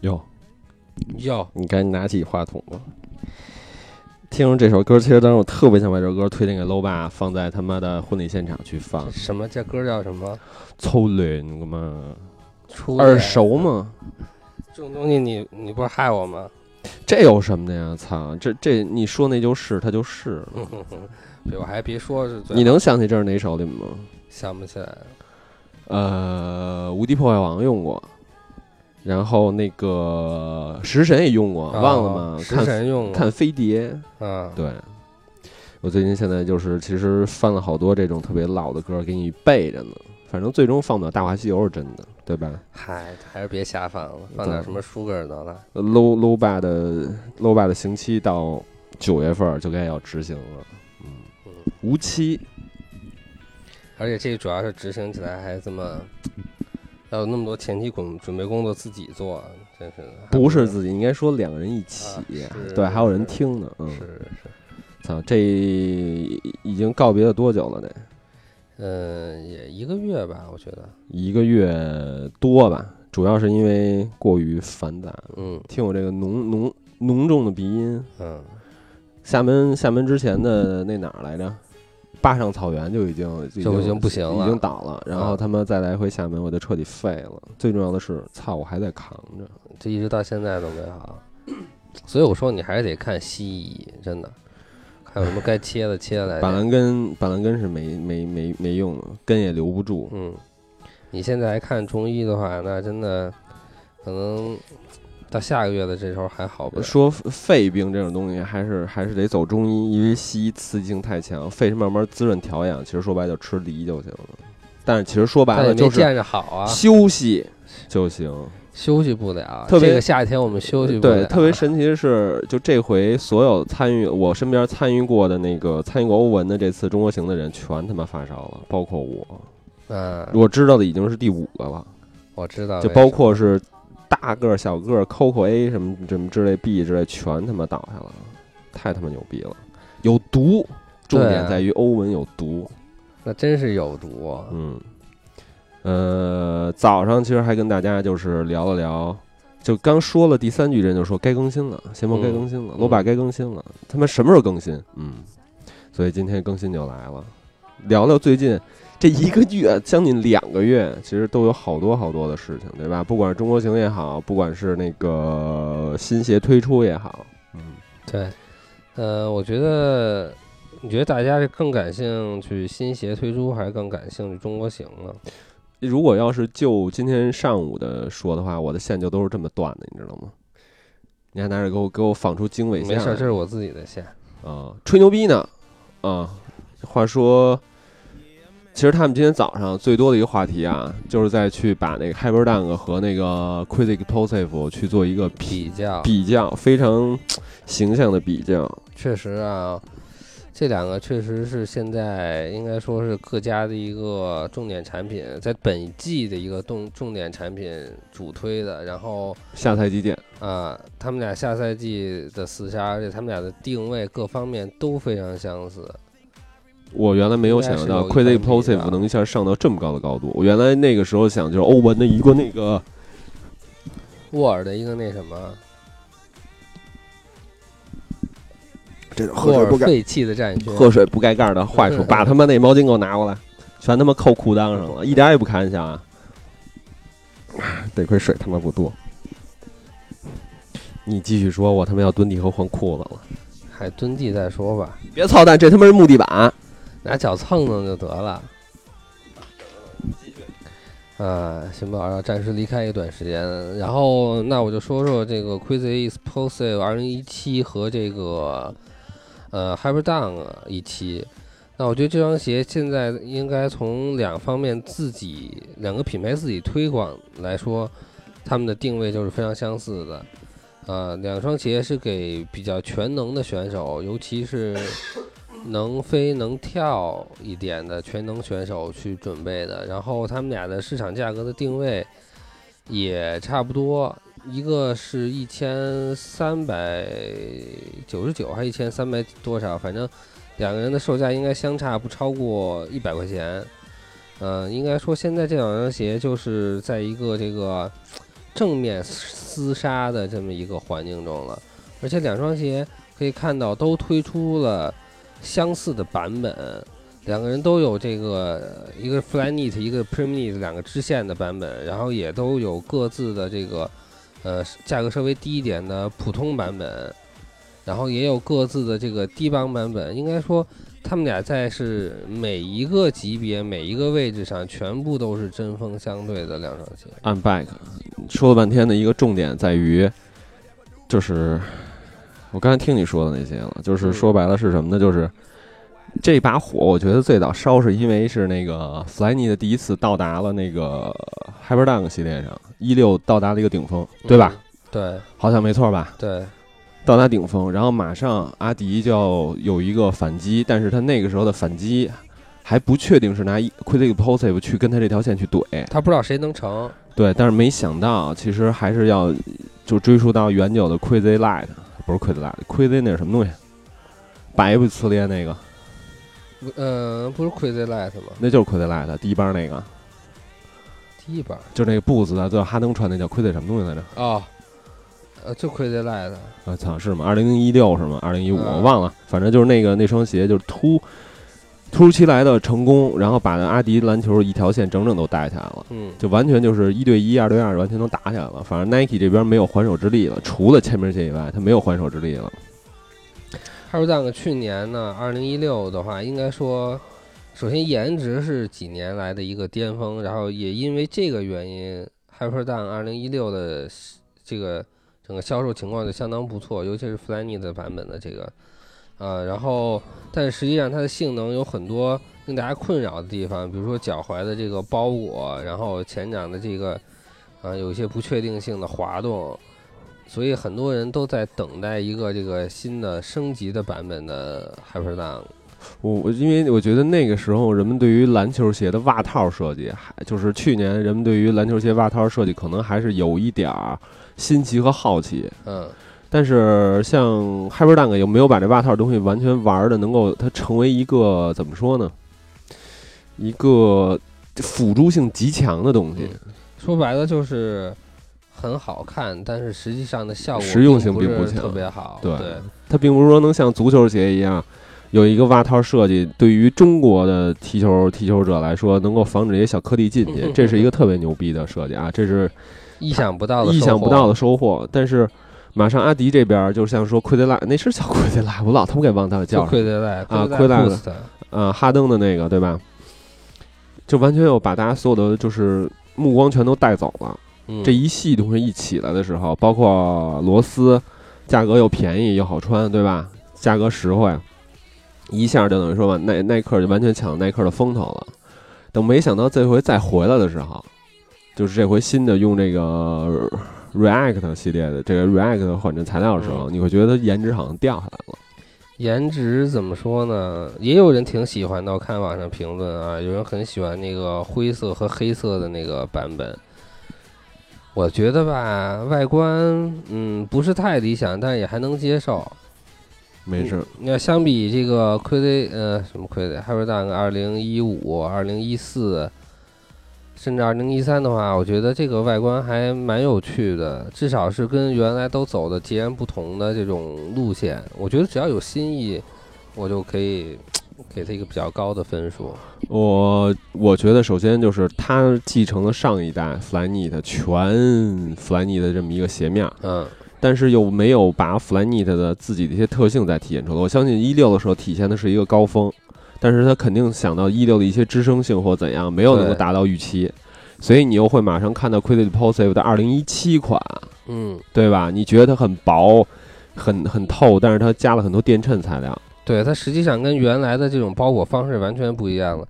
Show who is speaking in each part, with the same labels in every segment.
Speaker 1: 有
Speaker 2: 哟，
Speaker 3: 你赶紧拿起话筒吧。听着这首歌，其实当时我特别想把这首歌推荐给楼爸，放在他妈的婚礼现场去放。
Speaker 2: 啊什么这歌叫什么？
Speaker 3: 操你个妈！
Speaker 2: 初
Speaker 3: 耳
Speaker 2: 恋
Speaker 3: 熟吗？
Speaker 2: 这种东西你，你不是害我吗？
Speaker 3: 这有什么的呀？操！这这你说那就是，它就是。
Speaker 2: 对，我还别说是最
Speaker 3: 你啊能想起这是哪首里吗？
Speaker 2: 想不起来，
Speaker 3: 呃，《无敌破坏王》用过，然后那个《食神》也用过，忘了吗？
Speaker 2: 啊食
Speaker 3: 看
Speaker 2: 神用过
Speaker 3: 看飞碟，
Speaker 2: 啊，
Speaker 3: 对。我最近现在就是，其实翻了好多这种特别老的歌，给你背着呢。反正最终放不了《大话西游》是真的，对吧？
Speaker 2: 嗨，还是别瞎放了，放点
Speaker 3: 对
Speaker 2: 什么舒格尔得了。
Speaker 3: low low 爸的 low 爸的刑期到九月份儿就该要执行了，嗯，无期
Speaker 2: 而且这主要是执行起来还 这么，要有那么多前期准准备工作自己做，真是的。还
Speaker 3: 不是
Speaker 2: 己
Speaker 3: 自己，应该说两个人一起
Speaker 2: 啊，是
Speaker 3: 对，还有人
Speaker 2: 是
Speaker 3: 听呢，嗯，
Speaker 2: 是是，
Speaker 3: 操，这已经告别了多久了？得
Speaker 2: 嗯，也一个月吧，我觉得，
Speaker 3: 一个月多吧，主要是因为过于繁杂，
Speaker 2: 嗯
Speaker 3: 听我这个浓浓浓重的鼻音。
Speaker 2: 嗯，
Speaker 3: 厦门厦门之前的那哪儿来着？坝上草原就已经已
Speaker 2: 就已
Speaker 3: 经
Speaker 2: 经不行了啊
Speaker 3: 已经倒了。然后他们再来回厦门，我就彻底废了。最重要的是，操，我还在扛着。
Speaker 2: 这一直到现在都没好，所以我说你还是得看西医，真的，看有什么该切的 切来着。
Speaker 3: 板蓝根板蓝根是没没没没用的，根也留不住。
Speaker 2: 嗯，你现在还看中医的话，那真的可能到下个月的这时候还好不了。
Speaker 3: 说肺病这种东西，还是还是得走中医，因为西医刺激性太强，肺是慢慢滋润调养。其实说白了就吃梨就行了，但是其实说白
Speaker 2: 但
Speaker 3: 了
Speaker 2: 也
Speaker 3: 就
Speaker 2: 没
Speaker 3: 是
Speaker 2: 见着好啊，
Speaker 3: 休息就行。
Speaker 2: 休息不了。
Speaker 3: 特别
Speaker 2: 这个夏天我们休息不啊了。
Speaker 3: 对，特别 神奇的是，就这回所有参与我身边参与过的那个参与过欧文的这次中国行的人，全他妈发烧了，包括我。
Speaker 2: 嗯，
Speaker 3: 我知道的已经是第五个了，
Speaker 2: 我知道为什
Speaker 3: 就
Speaker 2: 么，
Speaker 3: 包括是大个儿、小个儿、Coco A 什么什么之类、B 之类，全他妈倒下了，太他妈牛逼了！有毒，重
Speaker 2: 对啊
Speaker 3: 点在于欧文有毒。
Speaker 2: 那真是有毒。哦
Speaker 3: 嗯，呃，早上其实还跟大家就是聊了聊，就刚说了第三句，人就说该更新了，闲猫该更新了，罗爸该更新了，他们什么时候更新？嗯，所以今天更新就来了，聊聊最近这一个月，将近两个月，其实都有好多好多的事情，对吧？不管是中国行也好，不管是那个新鞋推出也好，
Speaker 2: 对，呃，我觉得，你觉得大家是更感兴趣新鞋推出，还是更感兴趣中国行呢？
Speaker 3: 如果要是就今天上午的说的话，我的线就都是这么断的，你知道吗？你还拿着给我给我仿出经纬
Speaker 2: 没
Speaker 3: 线
Speaker 2: 事，
Speaker 3: 来
Speaker 2: 这是我自己的线。
Speaker 3: 啊，吹牛逼呢啊！话说，其实他们今天早上最多的一个话题啊，就是在去把那个 Hyper Dunk 和那个 Crazy Explosive 去做一个比
Speaker 2: 比较
Speaker 3: 比较，非常形象的比较。
Speaker 2: 确实啊，这两个确实是现在应该说是各家的一个重点产品，在本季的一个重重点产品主推的。然后
Speaker 3: 下赛季见，
Speaker 2: 啊、他们俩下赛季的厮杀，而且他们俩的定位各方面都非常相似。
Speaker 3: 我原来没有想象到
Speaker 2: 应该是有
Speaker 3: Crazy
Speaker 2: 一番比较
Speaker 3: Explosive 能一下上到这么高的高度。我原来那个时候想就是欧文的一个那个。
Speaker 2: 沃尔的一个那什么
Speaker 3: 这种
Speaker 2: 沃尔废弃的战靴，
Speaker 3: 喝水不盖盖儿的坏处，把他妈那毛巾给我拿过来，全他妈扣裤裆上了，一点儿也不开玩笑啊！得亏水他妈不多。你继续说，我他妈要蹲地和换裤子了。
Speaker 2: 还蹲地再说吧，
Speaker 3: 别操蛋，这他妈是木地板。
Speaker 2: 拿脚蹭蹭就得了。啊，行吧，然后暂时离开一段时间。然后，那我就说说这个 Crazy Explosive 二零一七和这个呃 Hyper Down 一期。那我觉得这双鞋现在应该从两方面自己两个品牌自己推广来说，他们的定位就是非常相似的。呃，两双鞋是给比较全能的选手，尤其是能飞能跳一点的全能选手去准备的。然后他们俩的市场价格的定位也差不多，一个是一千三百九十九，还一千三百多少，反正两个人的售价应该相差不超过一百块钱。嗯、应该说现在这两双鞋就是在一个这个正面厮杀的这么一个环境中了。而且两双鞋可以看到都推出了相似的版本，两个人都有这个一个 Flyknit 一个 Primeknit 两个支线的版本，然后也都有各自的这个呃价格稍微低一点的普通版本，然后也有各自的这个低帮版本。应该说，他们俩在是每一个级别、每一个位置上，全部都是针锋相对的两双鞋。
Speaker 3: 按 back 说了半天的一个重点在于，就是我刚才听你说的那些了，就是
Speaker 2: 嗯
Speaker 3: 说白了是什么呢？就是这把火，我觉得最早烧是因为是那个 Flyne 的第一次到达了那个 Hyperdunk 系列上，一六到达了一个顶峰，对吧？
Speaker 2: 嗯？
Speaker 3: 好像没错吧？
Speaker 2: 对对，
Speaker 3: 到达顶峰，然后马上阿迪就要有一个反击，但是他那个时候的反击还不确定是拿 Quick Positive 去跟他这条线去怼，
Speaker 2: 他不知道谁能成。
Speaker 3: 对，但是没想到，其实还是要就追溯到原有的 Crazy Light，不是 Crazy Light，Crazy 那是什么东西？白不呲咧那个，
Speaker 2: 呃，不是 Crazy Light 吗？
Speaker 3: 那就是 Crazy Light 第一班那个，
Speaker 2: 第一版
Speaker 3: 就是那个步子的，最后哈登穿那叫 Crazy 什么东西来着？
Speaker 2: 哦，呃，就 Crazy Light
Speaker 3: 啊，操，是吗？二零一六是吗？二零一五
Speaker 2: 嗯
Speaker 3: 我忘了，反正就是那个那双鞋就是突突如其来的成功，然后把那阿迪篮球一条线整整都带起来了。
Speaker 2: 嗯，
Speaker 3: 就完全就是一对一、二对二，完全能打起来了。反正 Nike 这边没有还手之力了，除了签名鞋以外，他没有还手之力了。
Speaker 2: 哈弗蛋克去年呢，二零一六的话，应该说，首先颜值是几年来的一个巅峰，然后也因为这个原因，哈弗蛋二零一六的这个整个销售情况就相当不错，尤其是 Flyknit 的版本的这个，呃，然后但实际上它的性能有很多令大家困扰的地方，比如说脚踝的这个包裹，然后前掌的这个，呃，有一些不确定性的滑动，所以很多人都在等待一个这个新的升级的版本的 Hyperdunk。
Speaker 3: 我我因为我觉得那个时候人们对于篮球鞋的袜套设计，还就是去年人们对于篮球鞋袜套设计可能还是有一点儿新奇和好奇，
Speaker 2: 嗯，
Speaker 3: 但是像 Hyperdunk 有没有把这袜套东西完全玩的能够它成为一个怎么说呢？一个辅助性极强的东西，
Speaker 2: 说白了就是很好看，但是实际上的效果
Speaker 3: 实用性
Speaker 2: 并
Speaker 3: 并不
Speaker 2: 是
Speaker 3: 强
Speaker 2: 特别好。
Speaker 3: 对
Speaker 2: 对
Speaker 3: 它并不是说能像足球鞋一样。有一个袜套设计，对于中国的踢球踢球者来说，能够防止一些小颗粒进去，这是一个特别牛逼的设计啊！这是
Speaker 2: 意想不到的，
Speaker 3: 意想不到
Speaker 2: 的。
Speaker 3: 的收获。但是马上阿迪这边儿就像说奎德拉，那是叫奎德拉，我老他妈给忘他
Speaker 2: 就
Speaker 3: 叫什么
Speaker 2: 亏待赖
Speaker 3: 啊
Speaker 2: 亏
Speaker 3: 亏
Speaker 2: 待
Speaker 3: 待
Speaker 2: Boost，
Speaker 3: 啊，哈登的那个对吧？就完全又把大家所有的就是目光全都带走了。
Speaker 2: 嗯，
Speaker 3: 这一系东西一起来的时候，包括螺丝，价格又便宜又好穿，对吧？价格实惠，一下就等于说吧，耐耐克就完全抢耐克的风头了。等没想到这回再回来的时候，就是这回新的用这个 React 系列的这个 React 缓震材料的时候，你会觉得它颜值好像掉下来了。
Speaker 2: 颜值怎么说呢？也有人挺喜欢的，我看网上评论啊，有人很喜欢那个灰色和黑色的那个版本。我觉得吧，外观嗯不是太理想，但也还能接受。
Speaker 3: 没事，
Speaker 2: 那呃相比这个 Crazy 呃什么 Crazy Hyper Dunk 二零一五、二零一四，甚至二零一三的话，我觉得这个外观还蛮有趣的，至少是跟原来都走的截然不同的这种路线。我觉得只要有新意，我就可以给它一个比较高的分数。
Speaker 3: 我我觉得首先就是它继承了上一代 Flyknit 全 Flyknit 的这么一个鞋面儿。
Speaker 2: 嗯，
Speaker 3: 但是又没有把 Flyknit 的自己的一些特性再体现出来。我相信一六的时候体现的是一个高峰，但是他肯定想到一六的一些支撑性或怎样，没有能够
Speaker 2: 对
Speaker 3: 达到预期，所以你又会马上看到 Credit Positive 的二零一七款，
Speaker 2: 嗯，
Speaker 3: 对吧？你觉得它很薄，很很透，但是它加了很多电衬材料。
Speaker 2: 对，它实际上跟原来的这种包裹方式完全不一样了。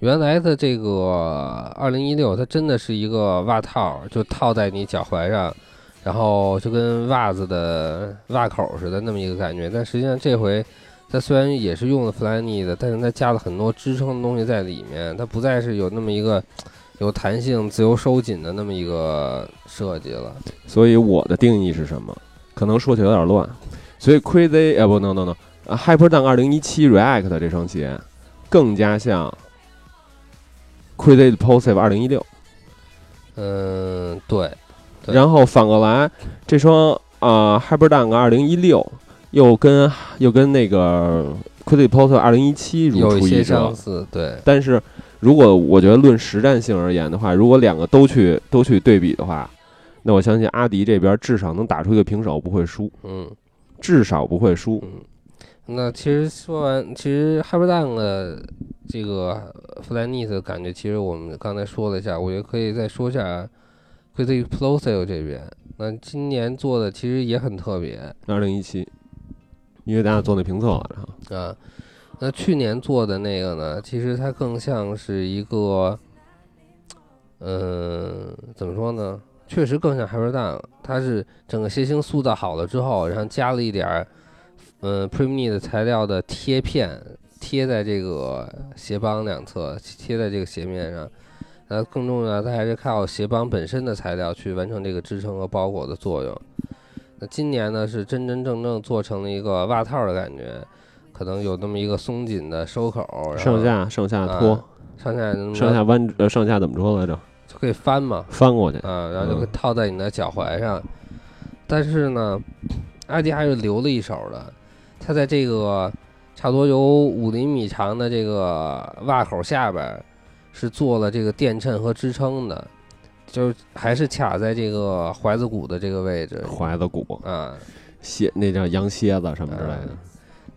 Speaker 2: 原来的这个二零一六，它真的是一个袜套，就套在你脚踝上，然后就跟袜子的袜口似的那么一个感觉。但实际上这回，它虽然也是用了 Flyknit 的，但是它加了很多支撑的东西在里面，它不再是有那么一个有弹性、自由收紧的那么一个设计了。
Speaker 3: 所以我的定义是什么？可能说起来有点乱。所以 Crazy 呃不 no no no Hyper Dunk 二零一七 React 这双鞋更加像 Crazy Positive 二零一六。
Speaker 2: 嗯，对，对
Speaker 3: 然后反过来，这双啊、h y p e r d u n k 二零一六又跟又跟那个 q u i d d i p o s 二零一七如
Speaker 2: 有
Speaker 3: 出
Speaker 2: 一些
Speaker 3: 一辙
Speaker 2: 相，似，对，
Speaker 3: 但是如果我觉得论实战性而言的话，如果两个都去都去对比的话，那我相信阿迪这边至少能打出一个平手，不会输，
Speaker 2: 嗯。
Speaker 3: 至少不会输。
Speaker 2: 那其实说完，其实 h y p e r d u n 的这个 Flyknit 的感觉，其实我们刚才说了一下，我觉得可以再说一下 Crazy Explosive 这边。那今年做的其实也很特别
Speaker 3: 二零一七，因为咱俩做那评测来着哈，
Speaker 2: 啊。那去年做的那个呢，其实它更像是一个，嗯、怎么说呢？确实更像 h y p e r d u n 它是整个鞋型塑造好了之后，然后加了一点儿，嗯 p r e m i 的材料的贴片贴在这个鞋帮两侧，贴在这个鞋面上。那更重要的，它还是靠鞋帮本身的材料去完成这个支撑和包裹的作用。那今年呢，是真真正正做成了一个袜套的感觉，可能有那么一个松紧的收口，然后
Speaker 3: 上下上下
Speaker 2: 啊
Speaker 3: 拖，
Speaker 2: 上下嗯那么
Speaker 3: 上下弯呃上下怎么说来着？
Speaker 2: 就可以翻嘛，
Speaker 3: 翻过去，
Speaker 2: 啊，然后就
Speaker 3: 嗯
Speaker 2: 会套在你的脚踝上。但是呢，阿迪还是留了一手的，他在这个差不多有五厘米长的这个袜口下边儿是做了这个垫衬和支撑的，就是还是卡在这个踝子骨的这个位置
Speaker 3: 踝子骨、
Speaker 2: 啊，
Speaker 3: 蝎那叫羊蝎子什么之类
Speaker 2: 嗯
Speaker 3: 的，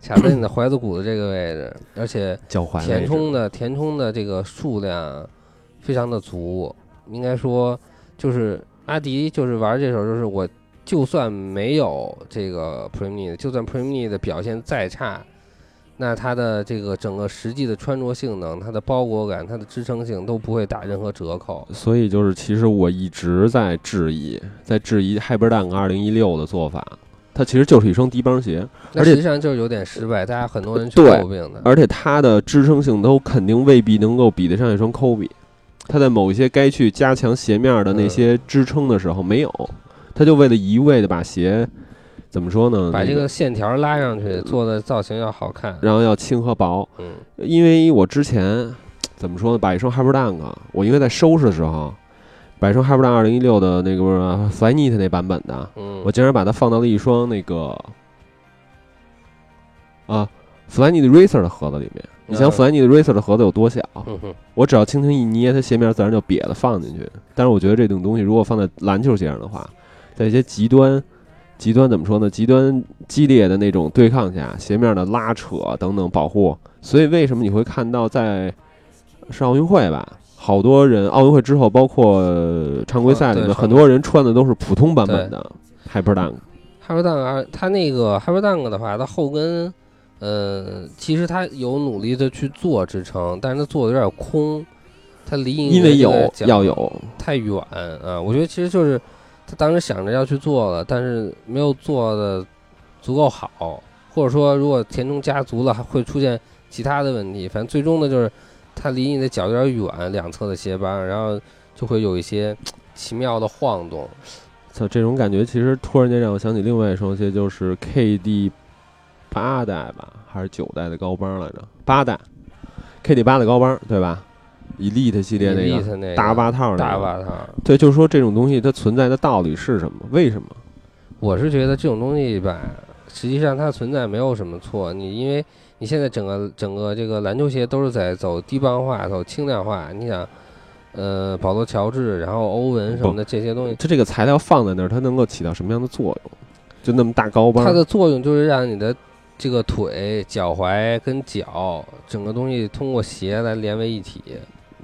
Speaker 2: 卡在你的踝子骨的这个位置，而且
Speaker 3: 脚踝
Speaker 2: 填充
Speaker 3: 的
Speaker 2: 的填充的这个数量非常的足，应该说就是阿迪就是玩这手，就是我就算没有这个 p r e m i 就算 p r e m i 的表现再差，那它的这个整个实际的穿着性能、它的包裹感、它的支撑性都不会打任何折扣。
Speaker 3: 所以就是，其实我一直在质疑，在质疑 Hyperdunk 二零一六的做法，它其实就是一双低帮鞋，
Speaker 2: 那
Speaker 3: 而且
Speaker 2: 实际上就是有点失败，大家很多人去
Speaker 3: 对
Speaker 2: 诟病的。
Speaker 3: 而且它的支撑性都肯定未必能够比得上一双 Kobe。它在某一些该去加强鞋面的那
Speaker 2: 嗯
Speaker 3: 些支撑的时候没有，它就为了一味的把鞋怎么说呢？
Speaker 2: 把这
Speaker 3: 那
Speaker 2: 个线条拉上去，做的造型要好看。
Speaker 3: 然后要轻和薄，
Speaker 2: 嗯，
Speaker 3: 因为我之前怎么说呢，把一双 Hyperdunk，我应该在收拾的时候，把一双 Hyperdunk 二零一六的那个 Flyknit 那版本的，
Speaker 2: 嗯，
Speaker 3: 我竟然把它放到了一双那个啊 Flyknit Racer 的盒子里面。你想
Speaker 2: 嗯
Speaker 3: Flyknit Racer 的盒子有多小？
Speaker 2: 嗯哼，
Speaker 3: 我只要轻轻一捏，它鞋面自然就瘪了放进去。但是我觉得这种东西如果放在篮球鞋上的话，在一些极端、极端怎么说呢？极端激烈的那种对抗下，鞋面的拉扯等等保护。所以为什么你会看到在是奥运会吧？好多人奥运会之后，包括呃常规赛里
Speaker 2: 啊
Speaker 3: 面，
Speaker 2: 对
Speaker 3: 很多人穿的都是普通版本的 Hyperdunk。
Speaker 2: 哈勃蛋啊，它那个哈勃蛋的话，它后跟，呃，其实它有努力的去做支撑，但是它做的有点空，它离你
Speaker 3: 因为有
Speaker 2: 的这个脚
Speaker 3: 要有，
Speaker 2: 太远啊。我觉得其实就是他当时想着要去做了，但是没有做的足够好，或者说如果填充加足了，还会出现其他的问题。反正最终的就是它离你的脚有点远，两侧的鞋帮，然后就会有一些奇妙的晃动。
Speaker 3: 操，这种感觉其实突然间让我想起另外一双鞋，就是 KD 八代吧，还是九代的高帮来着？八代，KD 八的高帮对吧？Elite 系列那
Speaker 2: Elite
Speaker 3: 个
Speaker 2: 那个
Speaker 3: 大袜套那个，
Speaker 2: 大袜套。
Speaker 3: 对，就是说这种东西它存在的道理是什么？为什么？
Speaker 2: 我是觉得这种东西吧，实际上它存在没有什么错。你因为你现在整个整个这个篮球鞋都是在走低帮化、走轻量化。你想，呃，保罗·乔治，然后欧文什么的这些东西，
Speaker 3: 它这个材料放在那儿，它能够起到什么样的作用？就那么大高帮，
Speaker 2: 它的作用就是让你的这个腿、脚踝跟脚整个东西通过鞋来连为一体，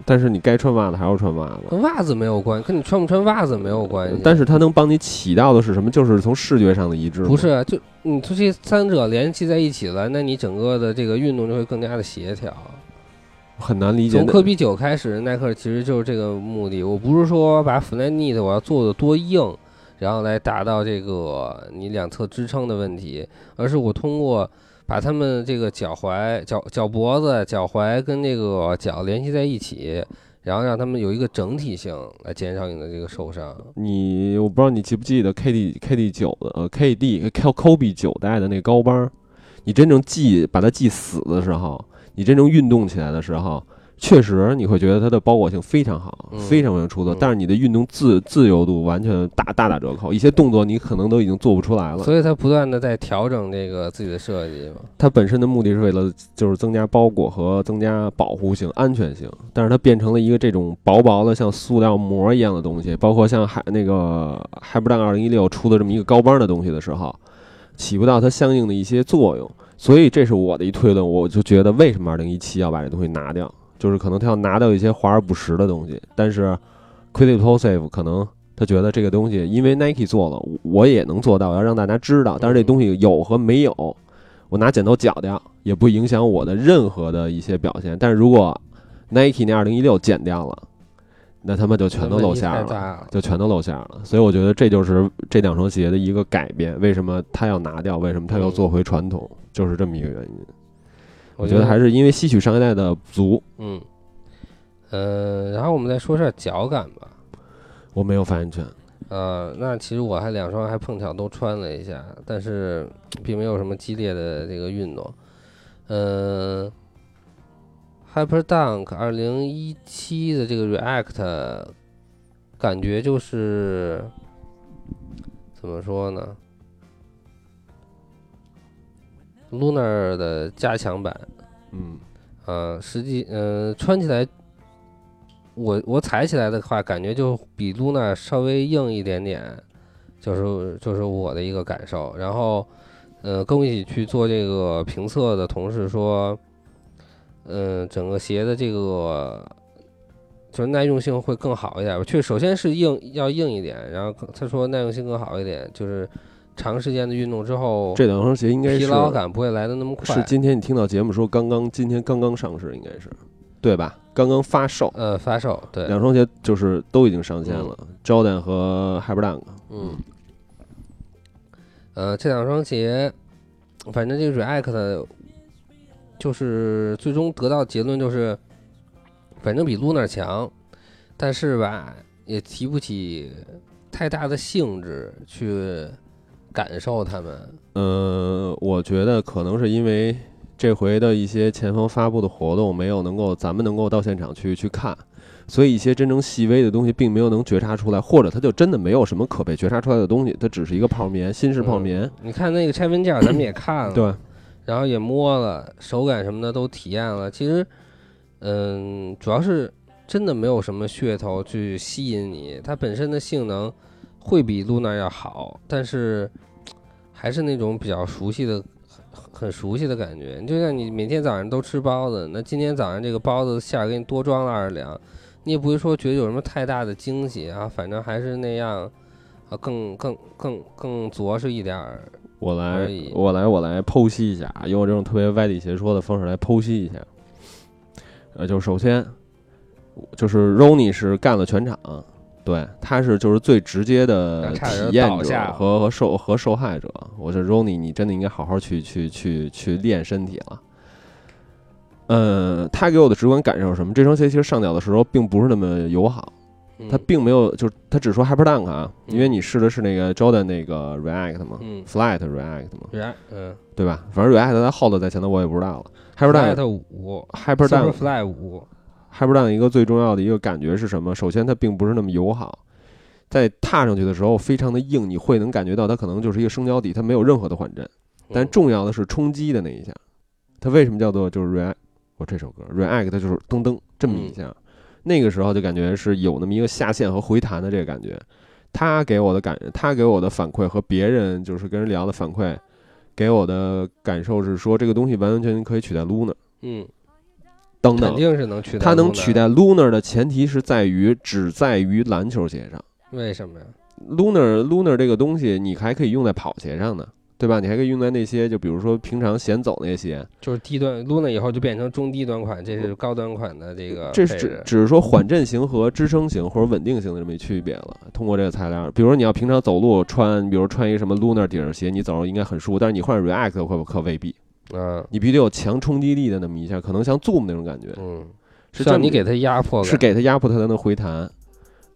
Speaker 3: 但是你该穿袜子还要穿袜子。
Speaker 2: 跟袜子没有关系，跟你穿不穿袜子没有关系。
Speaker 3: 但是它能帮你起到的是什么？就是从视觉上的一致吗。
Speaker 2: 不是啊就你这些三者联系在一起了，那你整个的这个运动就会更加的协调。
Speaker 3: 很难理解
Speaker 2: 从
Speaker 3: 那。
Speaker 2: 科比九开始，耐克其实就是这个目的。我不是说把 Flyknit 我要做的多硬，然后来达到这个你两侧支撑的问题，而是我通过把他们这个脚踝、脚脚脖子、脚踝跟这个脚联系在一起，然后让他们有一个整体性来减少你的这个受伤。
Speaker 3: 你我不知道你记不记得 KD KD 九的呃 KD K Kobe 九代的那高帮儿，你真正系把它系死的时候，你真正运动起来的时候，确实你会觉得它的包裹性非常好，
Speaker 2: 嗯
Speaker 3: 非常非常出色，
Speaker 2: 嗯
Speaker 3: 但是你的运动自自由度完全大大打折扣，一些动作你可能都已经做不出来了。
Speaker 2: 所以他不断的在调整这个自己的设计嘛。
Speaker 3: 它本身的目的是为了就是增加包裹和增加保护性、安全性，但是它变成了一个这种薄薄的像塑料膜一样的东西，包括像海那个海布 n 二零一六出的这么一个高帮的东西的时候，起不到它相应的一些作用，所以这是我的一推论，我就觉得为什么二零一七要把这东西拿掉，就是可能它要拿掉一些华而不实的东西，但是 q u i d d i t o Safe 可能。他觉得这个东西，因为 Nike 做了，我我也能做到，我要让大家知道。但是这东西有和没有，我拿剪刀绞掉，也不影响我的任何的一些表现。但是如果 Nike 那二零一六剪掉了，那他们就全都露馅
Speaker 2: 太
Speaker 3: 儿
Speaker 2: 大
Speaker 3: 了，
Speaker 2: 了。
Speaker 3: 就全都露馅儿了。所以我觉得这就是这两双鞋的一个改变。为什么他要拿掉？为什么
Speaker 2: 嗯
Speaker 3: 他要做回传统？就是这么一个原因。我觉得还
Speaker 2: 是
Speaker 3: 是因为吸取上一代的不足，
Speaker 2: 嗯，呃，然后我们再说一下脚感吧。
Speaker 3: 我没有发言权。
Speaker 2: 呃，那其实我还两双还碰巧都穿了一下，但是并没有什么激烈的这个运动。呃，Hyper Dunk 二零一七的这个 React，感觉就是怎么说呢？Lunar 的加强版，
Speaker 3: 嗯，
Speaker 2: 呃，实际呃穿起来，我我踩起来的话，感觉就比 Luna 稍微硬一点点，就是就是我的一个感受。然后，呃，跟我一起去做这个评测的同事说，呃，整个鞋的这个就是耐用性会更好一点吧。确，首先是硬要硬一点，然后更他说耐用性更好一点，就是长时间的运动之后，
Speaker 3: 这两双鞋应该
Speaker 2: 哦疲
Speaker 3: 是
Speaker 2: 劳感不会来的那么快。
Speaker 3: 是今天你听到节目说刚刚今天刚刚上市，应该是对吧？刚刚发售。
Speaker 2: 呃，发售对，
Speaker 3: 两双鞋就是都已经上线了、j o r d a n 和 Hyperdunk。
Speaker 2: 嗯，呃，这两双鞋，反正这个 React 就是最终得到结论就是，反正比 Lunar 强，但是吧，也提不起太大的兴致去感受它们。
Speaker 3: 呃，我觉得可能是因为这回的一些前方发布的活动没有能够咱们能够到现场去去看，所以一些真正细微的东西并没有能觉察出来，或者它就真的没有什么可被觉察出来的东西，它只是一个泡棉，新式泡棉。
Speaker 2: 你看那个拆分件儿，咱们也看了，
Speaker 3: 对，
Speaker 2: 然后也摸了，手感什么的都体验了。其实，嗯，主要是真的没有什么噱头去吸引你，它本身的性能会比 Luna 要好，但是嘖还是那种比较熟悉的、很很熟悉的感觉。就像你每天早上都吃包子，那今天早上这个包子馅儿给你多装了二两，你也不会说觉得有什么太大的惊喜啊，反正还是那样。啊，更更更更着实一点儿，
Speaker 3: 我来
Speaker 2: 而已，
Speaker 3: 我来，我来剖析一下，啊用我这种特别歪理邪说的方式来剖析一下。呃，就首先，就是 Rony 是干了全场，对，他是就是最直接的
Speaker 2: 那差点
Speaker 3: 体
Speaker 2: 就
Speaker 3: 验
Speaker 2: 倒
Speaker 3: 者
Speaker 2: 下了
Speaker 3: 和和受和受害者。我觉得 Rony，你真的应该好好去去去去练身体了。呃，他给我的直观感受是什么？这双鞋其实上脚的时候并不是那么友好，
Speaker 2: 嗯
Speaker 3: 他并没有就是他只说 Hyperdunk 啊，
Speaker 2: 嗯
Speaker 3: 因为你试的是那个 Jordan 那个 React 嘛
Speaker 2: 嗯
Speaker 3: ，Flight React 嘛，
Speaker 2: 然嗯
Speaker 3: 对吧？反正 React 它后头在前头我也不知道了。Hyperdunk
Speaker 2: ，Flight 五
Speaker 3: Hyperdunk
Speaker 2: Superfly 五，
Speaker 3: Hyperdunk 一个最重要的一个感觉是什么？首先它并不是那么友好，在踏上去的时候非常的硬，你会能感觉到它可能就是一个升脚底，它没有任何的缓震。
Speaker 2: 嗯
Speaker 3: 但重要的是冲击的那一下，它为什么叫做就是 React？我这首歌 React 它就是噔噔这么一下，
Speaker 2: 嗯
Speaker 3: 那个时候就感觉是有那么一个下线和回弹的这个感觉。他给我的感，他给我的反馈和别人就是跟人聊的反馈，给我的感受是说这个东西完完全全可以取代 Luna
Speaker 2: 嗯，
Speaker 3: 等
Speaker 2: 肯
Speaker 3: 等。
Speaker 2: 定是能取代，
Speaker 3: 它能取，代 Lunar 的前提是在于只在于篮球鞋上
Speaker 2: 为什么呀？
Speaker 3: ，Lunar Lunar 这个东西你还可以用在跑鞋上呢，对吧？你还可以用在那些就比如说平常闲走那些鞋，
Speaker 2: 就是低端 Luna 以后就变成中低端款，这是高端款的这个
Speaker 3: 这是
Speaker 2: 呃配
Speaker 3: 只
Speaker 2: 置，
Speaker 3: 只是说缓震型和支撑型或者稳定型的这么一区别了。通过这个材料，比如说你要平常走路穿，比如穿一个什么 Lunar 底儿鞋，你走路应该很舒服，但是你换 React 会不可未必，
Speaker 2: 嗯
Speaker 3: 你必须得有强冲击力的那么一下，可能像 Zoom 那种感觉，
Speaker 2: 嗯，
Speaker 3: 是这
Speaker 2: 让
Speaker 3: 么
Speaker 2: 你给它压迫感，
Speaker 3: 是给它压迫它才能回弹。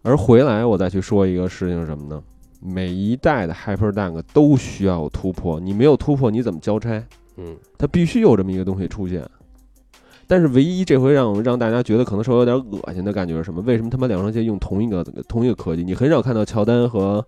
Speaker 3: 而回来我再去说一个事情是什么呢？每一代的 Hyper Dunk 都需要有突破，你没有突破你怎么交差？
Speaker 2: 嗯
Speaker 3: 它必须有这么一个东西出现。但是唯一这回让我们让大家觉得可能稍微有点恶心的感觉是什么？为什么他妈两双鞋用同一个同一个科技？你很少看到乔丹和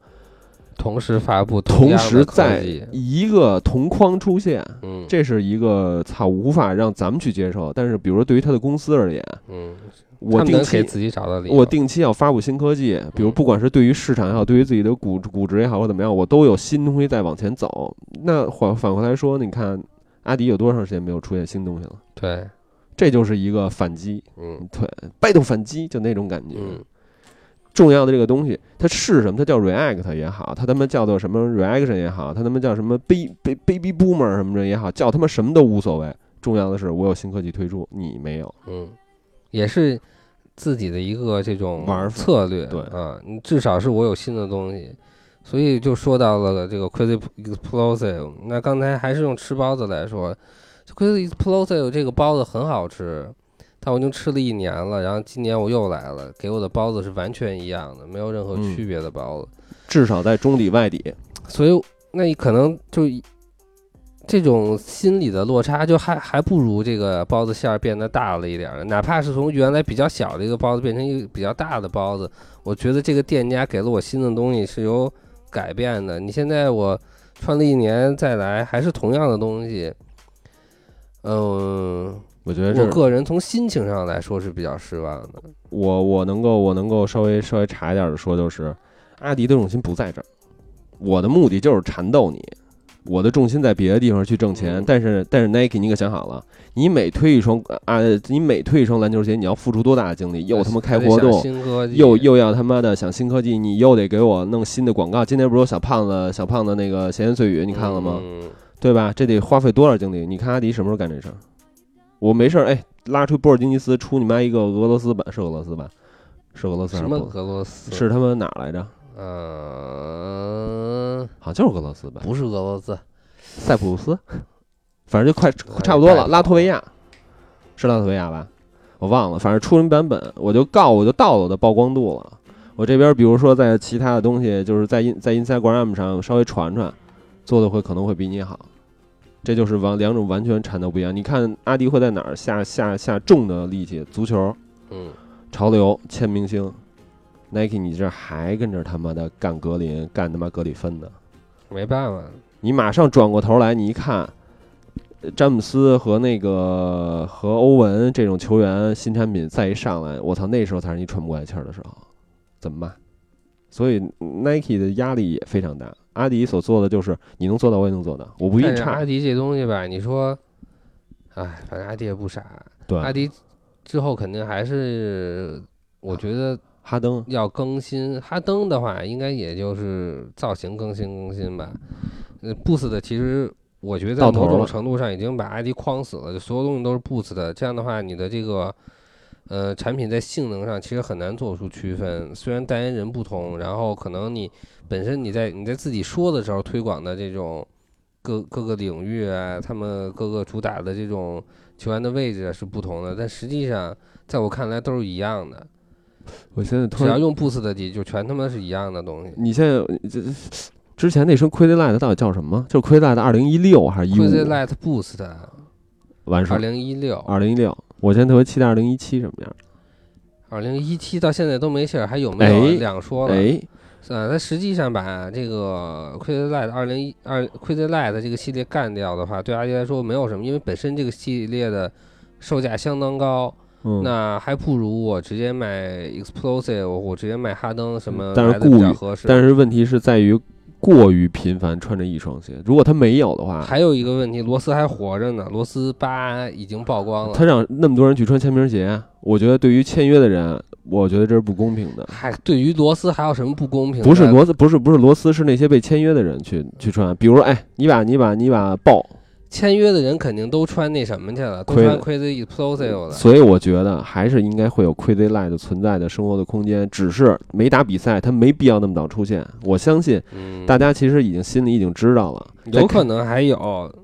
Speaker 2: 同时发布
Speaker 3: 同
Speaker 2: 样的
Speaker 3: 时
Speaker 2: 科
Speaker 3: 在
Speaker 2: 技
Speaker 3: 一个同框出现，
Speaker 2: 嗯
Speaker 3: 这是一个操无法让咱们去接受。但是比如说对于他的公司而言，
Speaker 2: 嗯，
Speaker 3: 我
Speaker 2: 他们
Speaker 3: 定
Speaker 2: 能
Speaker 3: 期
Speaker 2: 给自己找到理由，
Speaker 3: 我定期要发布新科技，比如
Speaker 2: 嗯
Speaker 3: 不管是对于市场也好，对于自己的估估值也好，或者怎么样，我都有新东西在往前走。那反反过来说，你看阿迪有多长时间没有出现新东西了？
Speaker 2: 对，
Speaker 3: 这就是一个反击，
Speaker 2: 嗯
Speaker 3: 对，被动反击就那种感觉。
Speaker 2: 嗯
Speaker 3: 重要的这个东西，它是什么？它叫 React 也好，它他妈叫做什么 Reaction 也好，它他妈叫什么 Baby Baby Boomer 什么的也好，叫他妈什么都无所谓。重要的是，我有新科技推出，你没有。
Speaker 2: 嗯，也是自己的一个这种
Speaker 3: 玩法
Speaker 2: 策略，
Speaker 3: 对
Speaker 2: 啊，你至少是我有新的东西。所以就说到了这个 Crazy Explosive，那刚才还是用吃包子来说就，Crazy Explosive 这个包子很好吃，但我已经吃了一年了，然后今年我又来了，给我的包子是完全一样的，没有任何
Speaker 3: 嗯
Speaker 2: 区别的包子。
Speaker 3: 至少在中底外底，
Speaker 2: 所以那你可能就一这种心理的落差，就还还不如这个包子馅儿变得大了一点儿，哪怕是从原来比较小的一个包子变成一个比较大的包子，我觉得这个店家给了我新的东西是有改变的。你现在我穿了一年再来，还是同样的东西。嗯，
Speaker 3: 我觉得这
Speaker 2: 我
Speaker 3: 是
Speaker 2: 个人从心情上来说是比较失望的。
Speaker 3: 我我能够我能够稍微稍微查一点的说，就是阿迪的重心不在这儿，我的目的就是缠斗你，我的重心在别的地方去挣钱。
Speaker 2: 嗯
Speaker 3: 但是但是 Nike 你可想好了，你每推一双啊，你每推一双篮球鞋，你要付出多大的精力？又他妈开
Speaker 2: 还得
Speaker 3: 活
Speaker 2: 想
Speaker 3: 动，
Speaker 2: 新科技
Speaker 3: 又又要他妈的想新科技，你又得给我弄新的广告。今天不是有小胖子小胖子那个闲言碎语，你看了吗？
Speaker 2: 嗯
Speaker 3: 对吧？这得花费多少精力？你看阿迪什么时候干这事儿？我没事儿，哎，拉出波尔津吉斯出你妈一个俄罗斯版，是俄罗斯版，是俄罗斯还
Speaker 2: 什
Speaker 3: 是
Speaker 2: 么
Speaker 3: 波
Speaker 2: 俄罗斯？
Speaker 3: 是他们哪儿来着？
Speaker 2: 嗯，
Speaker 3: 好像就是俄罗斯版，
Speaker 2: 不是俄罗斯，
Speaker 3: 塞浦路斯，反正就快
Speaker 2: 哎
Speaker 3: 差不多
Speaker 2: 太
Speaker 3: 了。
Speaker 2: 早
Speaker 3: 拉脱维亚是拉脱维亚吧？我忘了，反正出什么版本，我就告我就到了我的曝光度了。我这边比如说在其他的东西，就是在 in 在 Instagram 上稍微传传，做的会可能会比你好。这就是完两种完全缠的不一样。你看阿迪会在哪儿下下下重的力气？足球、
Speaker 2: 嗯，
Speaker 3: 潮流、签明星，Nike 你这还跟着他妈的干格林，干他妈格里芬呢？
Speaker 2: 没办法，
Speaker 3: 你马上转过头来，你一看，呃詹姆斯和那个和欧文这种球员新产品再一上来，我操，那时候才是你喘不过来气儿的时候，怎么办？所以 Nike 的压力也非常大。阿迪所做的就是你能做到，我也能做到，我不
Speaker 2: 不
Speaker 3: 比你
Speaker 2: 阿
Speaker 3: 差。
Speaker 2: 迪这东西吧，你说，哎，反正阿迪也不傻，阿
Speaker 3: 对，
Speaker 2: 迪之后肯定还是，我觉得
Speaker 3: 哈登
Speaker 2: 要更新。哈登的话，应该也就是造型更新更新吧。呃，Boost 的其实我觉得
Speaker 3: 到头
Speaker 2: 某种
Speaker 3: 了
Speaker 2: 程度上已经把 ID 框死了，就所有东西都是 Boost 的。这样的话，你的这个呃产品在性能上其实很难做出区分。虽然代言人不同，然后可能你本身你在你在自己说的时候推广的这种各各个领域啊，他们各个主打的这种球员的位置啊是不同的，但实际上在我看来都是一样的。
Speaker 3: 我现在
Speaker 2: 只
Speaker 3: 突
Speaker 2: 要
Speaker 3: 然，
Speaker 2: 用 Boost 的底，就全他妈是一样的东西。
Speaker 3: 你现在这这之前那身 q u i d l i g h t 到底叫什么？就是 q u i d l i g h t 二零一六还是一
Speaker 2: q u i z l
Speaker 3: 五？
Speaker 2: i g h t Boost
Speaker 3: 完事
Speaker 2: 二
Speaker 3: 儿，
Speaker 2: 零一六、
Speaker 3: 二零一六。我现在特别期待二零一七什么样？
Speaker 2: 二零一七到现在都没信儿，还有没有啊
Speaker 3: 哎
Speaker 2: 两说了？
Speaker 3: 哎，
Speaker 2: 是啊，它实际上把这个 q u i z l i g h t 二零一二 q u i z l i g h t 这个系列干掉的话，对阿迪来说没有什么，因为本身这个系列的售价相当高，
Speaker 3: 嗯，
Speaker 2: 那还不如我直接卖 Explosive，我直接卖哈登什
Speaker 3: 嗯
Speaker 2: 么
Speaker 3: 但是
Speaker 2: 来的比较
Speaker 3: 顾虑
Speaker 2: 合适。
Speaker 3: 但是问题是在于过于频繁穿着一双鞋。如果他没有的话，
Speaker 2: 还有一个问题，罗斯还活着呢，罗斯八已经曝光了。
Speaker 3: 他让那么多人去穿签名鞋，我觉得对于签约的人，我觉得这是不公平的。
Speaker 2: 嗨，对于罗斯还有什么不公平的？
Speaker 3: 不是罗斯，不是不是罗斯，是那些被签约的人去去穿。比如，哎，你把你把你把豹，
Speaker 2: 签约的人肯定都穿那什么去了，都
Speaker 3: 亏
Speaker 2: 穿
Speaker 3: 了
Speaker 2: Crazy Explosive 了。
Speaker 3: 所以我觉得还是应该会有 Crazy l i g h t 存在的生活的空间，只是没打比赛，他没必要那么早出现。我相信
Speaker 2: 嗯，
Speaker 3: 大家其实已经心里已经知道了，
Speaker 2: 有
Speaker 3: 在
Speaker 2: 可能还有，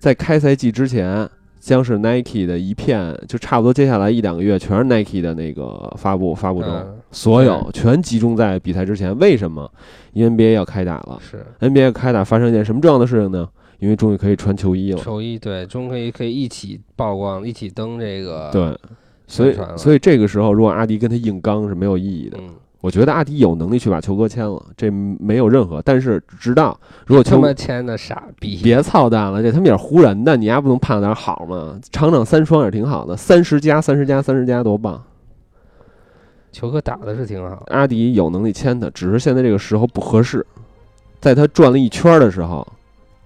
Speaker 3: 在开赛季之前，将是 Nike 的一片，就差不多接下来一两个月全是 Nike 的那个发布发布周，
Speaker 2: 嗯
Speaker 3: 所有全集中在比赛之前。为什么？因为 NBA 要开打了
Speaker 2: 是
Speaker 3: ，NBA 开打发生一件什么重要的事情呢？因为终于可以穿球衣了。
Speaker 2: 球衣对，终可以可以一起曝光，一起登这个
Speaker 3: 对，所以
Speaker 2: 宣传了
Speaker 3: 所以这个时候，如果阿迪跟他硬刚是没有意义的。
Speaker 2: 嗯，
Speaker 3: 我觉得阿迪有能力去把球哥签了，这没有任何。但是直到如果
Speaker 2: 他
Speaker 3: 球
Speaker 2: 妈签的傻逼，
Speaker 3: 别操蛋了，这他们也是湖人的，你丫不能盼着点好吗？场场三双也挺好的，三十加三十加三十加多棒！
Speaker 2: 球哥打的是挺好，
Speaker 3: 阿迪有能力签他，只是现在这个时候不合适。在他转了一圈的时候，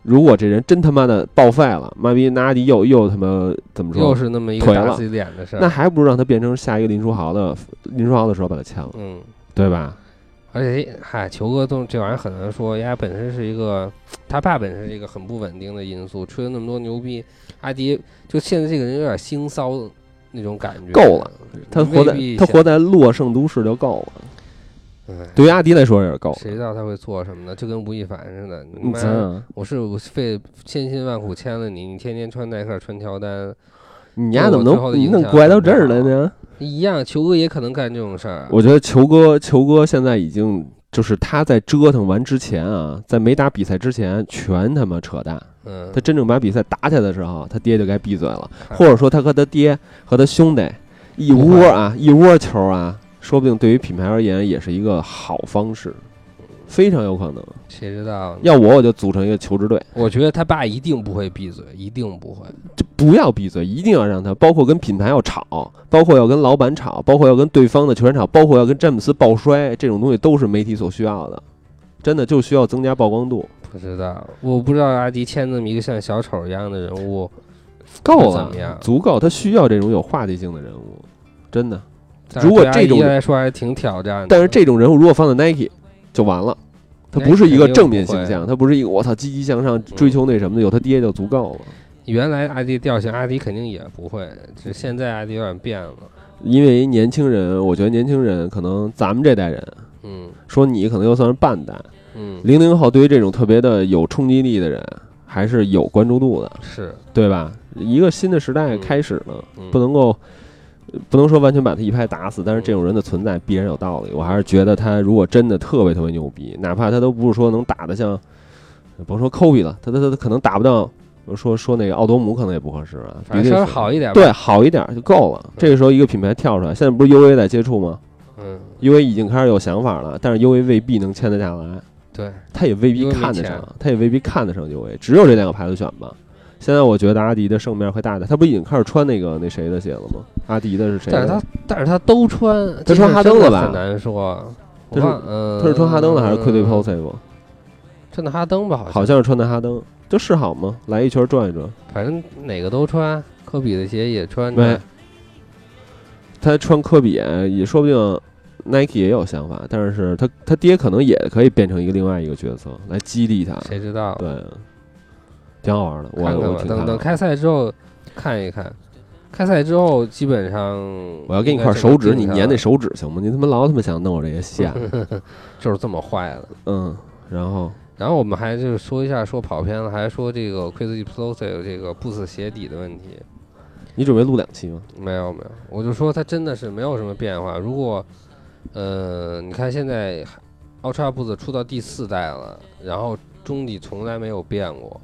Speaker 3: 如果这人真他妈的报废了，妈逼那阿迪又又他妈怎么
Speaker 2: 又
Speaker 3: 说？
Speaker 2: 是那么一个
Speaker 3: 腿
Speaker 2: 打
Speaker 3: 了
Speaker 2: 自己脸的事
Speaker 3: 那
Speaker 2: 儿，
Speaker 3: 还不如让他变成下一个林书豪的林书豪的时候把他签了，
Speaker 2: 嗯。
Speaker 3: 对吧？
Speaker 2: 而且，嗨，球哥都这玩意儿很难说，人家本身是一个，他爸本身是一个很不稳定的因素，吹了那么多牛逼，阿迪就现在这个人有点腥骚那种感觉，
Speaker 3: 够了，他活在
Speaker 2: 未必
Speaker 3: 他
Speaker 2: 想
Speaker 3: 活在洛圣都市就够了。
Speaker 2: 哎
Speaker 3: 对于阿迪来说也是够了。
Speaker 2: 谁知道他会做什么呢？就跟吴亦凡似的，你
Speaker 3: 嗯
Speaker 2: 妈，
Speaker 3: 咱
Speaker 2: 我是我费千辛万苦签了你，你天天穿耐克穿乔丹
Speaker 3: 你丫怎么
Speaker 2: 对我最后的
Speaker 3: 能你
Speaker 2: 影
Speaker 3: 能
Speaker 2: 响
Speaker 3: 拐到
Speaker 2: 很
Speaker 3: 这儿来
Speaker 2: 大啊
Speaker 3: 呢？
Speaker 2: 一样，球哥也可能干这种事儿。
Speaker 3: 我觉得球哥，球哥现在已经就是他在折腾完之前啊，在没打比赛之前，全他妈扯淡。
Speaker 2: 嗯
Speaker 3: 他，真正把比赛打起来的时候，他爹就该闭嘴了，
Speaker 2: 看
Speaker 3: 或者说他和他爹和他兄弟一窝啊，一窝球啊，说不定对于品牌而言也是一个好方式，非常有可能。
Speaker 2: 谁知道呢？
Speaker 3: 要我，我就组成一个球支队，
Speaker 2: 我觉得他爸一定不会闭嘴，一定不会。
Speaker 3: 就不要闭嘴，一定要让他，包括跟品牌要吵，包括要跟老板吵，包括要跟对方的球员吵，包括要跟詹姆斯抱摔，这种东西都是媒体所需要的，真的就需要增加曝光度，
Speaker 2: 不知道，我不知道阿迪签这么一个像小丑一样的人物，
Speaker 3: 够
Speaker 2: 那怎么样
Speaker 3: 了，足够，他需要这种有话题性的人物，真的。
Speaker 2: 但是
Speaker 3: 如果
Speaker 2: 对阿
Speaker 3: 这种
Speaker 2: 迪来说还挺挑战的。
Speaker 3: 但是这种人物如果放在 Nike 就完了，他不是一个正面形象，他不是一个我操积极向上追求那什么的，有他爹就足够了。
Speaker 2: 原来阿迪调性，阿迪肯定也不会，只是现在阿迪有点变了。
Speaker 3: 因为年轻人，我觉得年轻人可能咱们这代人，
Speaker 2: 嗯
Speaker 3: 说你可能又算是半代。
Speaker 2: 嗯，
Speaker 3: 零零后对于这种特别的有冲击力的人，还是有关注度的，
Speaker 2: 是
Speaker 3: 对吧？一个新的时代开始了，
Speaker 2: 嗯
Speaker 3: 不能够呃不能说完全把他一拍打死，但是这种人的存在必然有道理。我还是觉得他如果真的特别特别牛逼，哪怕他都不是说能打得像，甭说科比了，他他他他可能打不到，说说那个奥多姆可能也不合适啊，
Speaker 2: 反
Speaker 3: 比那
Speaker 2: 正稍
Speaker 3: 个
Speaker 2: 微好一点吧。
Speaker 3: 对，好一点就够了。这个时候一个品牌跳出来，现在不是 UA 在接触吗
Speaker 2: 嗯，
Speaker 3: ？UA 已经开始有想法了，但是 UA 未必能签得下来。
Speaker 2: 对，
Speaker 3: 他也未必看得
Speaker 2: 因为没
Speaker 3: 上，他也未必看得上 U A，只有这两个牌子选吧。现在我觉得阿迪的胜面会大点，他不已经开始穿那个那谁的鞋了吗？阿迪的是谁的？
Speaker 2: 但是他但是他都穿，
Speaker 3: 他穿哈登
Speaker 2: 了
Speaker 3: 的吧
Speaker 2: 很难说。
Speaker 3: 他是
Speaker 2: 我忘嗯，
Speaker 3: 他是穿哈登的还是 q u i p o s e
Speaker 2: 穿的哈登呃吧，好像
Speaker 3: 好像是穿的哈登，这是好吗？来一圈转一转，
Speaker 2: 反正哪个都穿，科比的鞋也穿
Speaker 3: 没
Speaker 2: 着。
Speaker 3: 他穿科比也说不定 Nike 也有想法，但是他他爹可能也可以变成一个另外一个角色来激励他，
Speaker 2: 谁知道？
Speaker 3: 对，挺好玩的，我
Speaker 2: 看看
Speaker 3: 我挺
Speaker 2: 吧，
Speaker 3: 看
Speaker 2: 等
Speaker 3: 好的
Speaker 2: 等开赛之后看一看。开赛之后基本上
Speaker 3: 我要给你
Speaker 2: 应该
Speaker 3: 块
Speaker 2: 就能
Speaker 3: 手指，你
Speaker 2: 定下
Speaker 3: 粘
Speaker 2: 来
Speaker 3: 那手指行吗？你他妈老他妈想弄我这些 线，
Speaker 2: 就是这么坏了。
Speaker 3: 嗯，然后
Speaker 2: 然后我们还就是说一下，说跑偏了，还说这个 Crazy Explosive 这个 Boost 鞋底的问题。
Speaker 3: 你准备录两期吗？
Speaker 2: 没有没有，我就说它真的是没有什么变化。如果，呃，你看现在 Ultra Boost 出到第四代了，然后中底从来没有变过。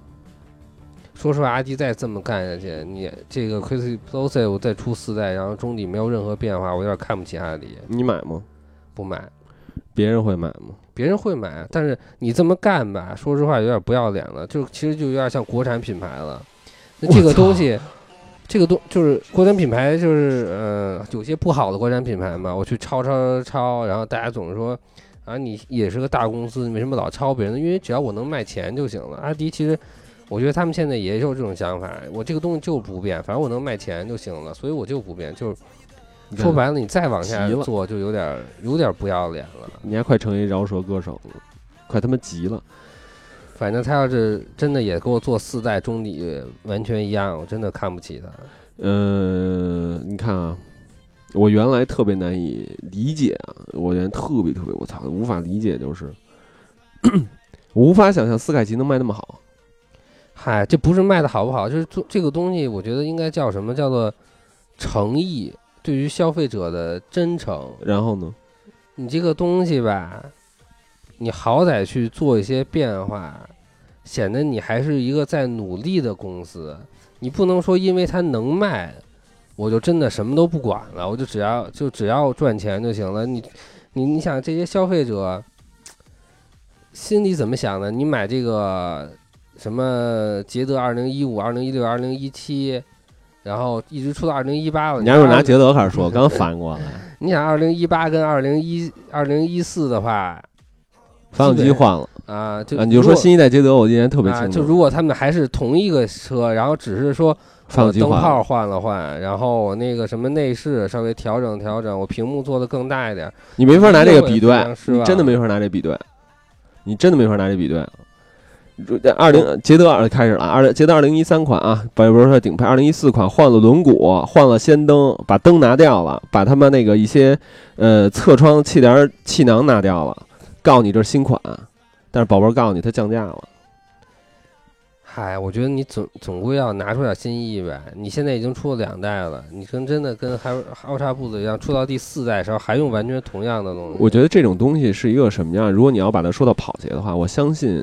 Speaker 2: 说实话，阿迪再这么干下去，你这个 Crazy Explosive 再出四代，然后中底没有任何变化，我有点看不起阿迪，
Speaker 3: 你买吗？
Speaker 2: 不买。
Speaker 3: 别人会买吗？
Speaker 2: 别人会买，但是你这么干吧，说实话有点不要脸了，就其实就有点像国产品牌了。那这个
Speaker 3: 我操
Speaker 2: 东西，这个东就是国产品牌，就是呃，有些不好的国产品牌嘛，我去抄抄抄，然后大家总是说啊，你也是个大公司，你为什么老抄别人呢？因为只要我能卖钱就行了。阿迪其实。我觉得他们现在也有这种想法，我这个东西就不变，反正我能卖钱就行了，所以我就不变。就是说白了，你再往下
Speaker 3: 急了
Speaker 2: 做就有点有点不要脸了。
Speaker 3: 你还快成一饶舌歌手了，快他妈急了！
Speaker 2: 反正他要是真的也给我做四代中底完全一样，我真的看不起他。
Speaker 3: 呃，你看啊，我原来特别难以理解啊，我原来特别特别，我操，无法理解，就是 我无法想象斯凯奇能卖那么好。
Speaker 2: 嗨，这不是卖的好不好，就是做这个东西，我觉得应该叫什么？叫做诚意，对于消费者的真诚。
Speaker 3: 然后呢，
Speaker 2: 你这个东西吧，你好歹去做一些变化，显得你还是一个在努力的公司。你不能说因为它能卖，我就真的什么都不管了，我就只要就只要赚钱就行了。你你你想这些消费者心里怎么想的？你买这个什么捷德二零一五、二零一六、二零一七，然后一直出到二零一八了。
Speaker 3: 你要是拿捷德开始 说，我刚反应过来，
Speaker 2: 你想二零一八跟二零一二零一四的话
Speaker 3: 发动机换了
Speaker 2: 啊，就
Speaker 3: 啊，你就
Speaker 2: 如
Speaker 3: 说
Speaker 2: 果
Speaker 3: 新一代捷德，我印象特别
Speaker 2: 啊，
Speaker 3: 清
Speaker 2: 就
Speaker 3: 楚，
Speaker 2: 如果他们还是同一个车，然后只是说
Speaker 3: 发动
Speaker 2: 我
Speaker 3: 机
Speaker 2: 灯
Speaker 3: 换了
Speaker 2: 泡换了换，然后我那个什么内饰稍微调整调整，我屏幕做的更大一点儿。
Speaker 3: 你没法拿这个比对
Speaker 2: 我也非常，失望
Speaker 3: 你真的没法拿这比对，你真的没法拿这比对。二零捷德二开始了，啊二捷德二零一三款啊，不不是说顶配，二零一四款换了轮毂，换了氙灯，把灯拿掉了，把他们那个一些呃侧窗气帘气囊拿掉了，告你这是新款，啊但是宝贝儿告诉你它降价了，
Speaker 2: 嗨，我觉得你总总归要拿出点新意呗。你现在已经出了两代了，你跟真的跟还奥叉步子一样，出到第四代的时候还用完全同样的东西。
Speaker 3: 我觉得这种东西是一个什么样？如果你要把它说到跑鞋的话，我相信，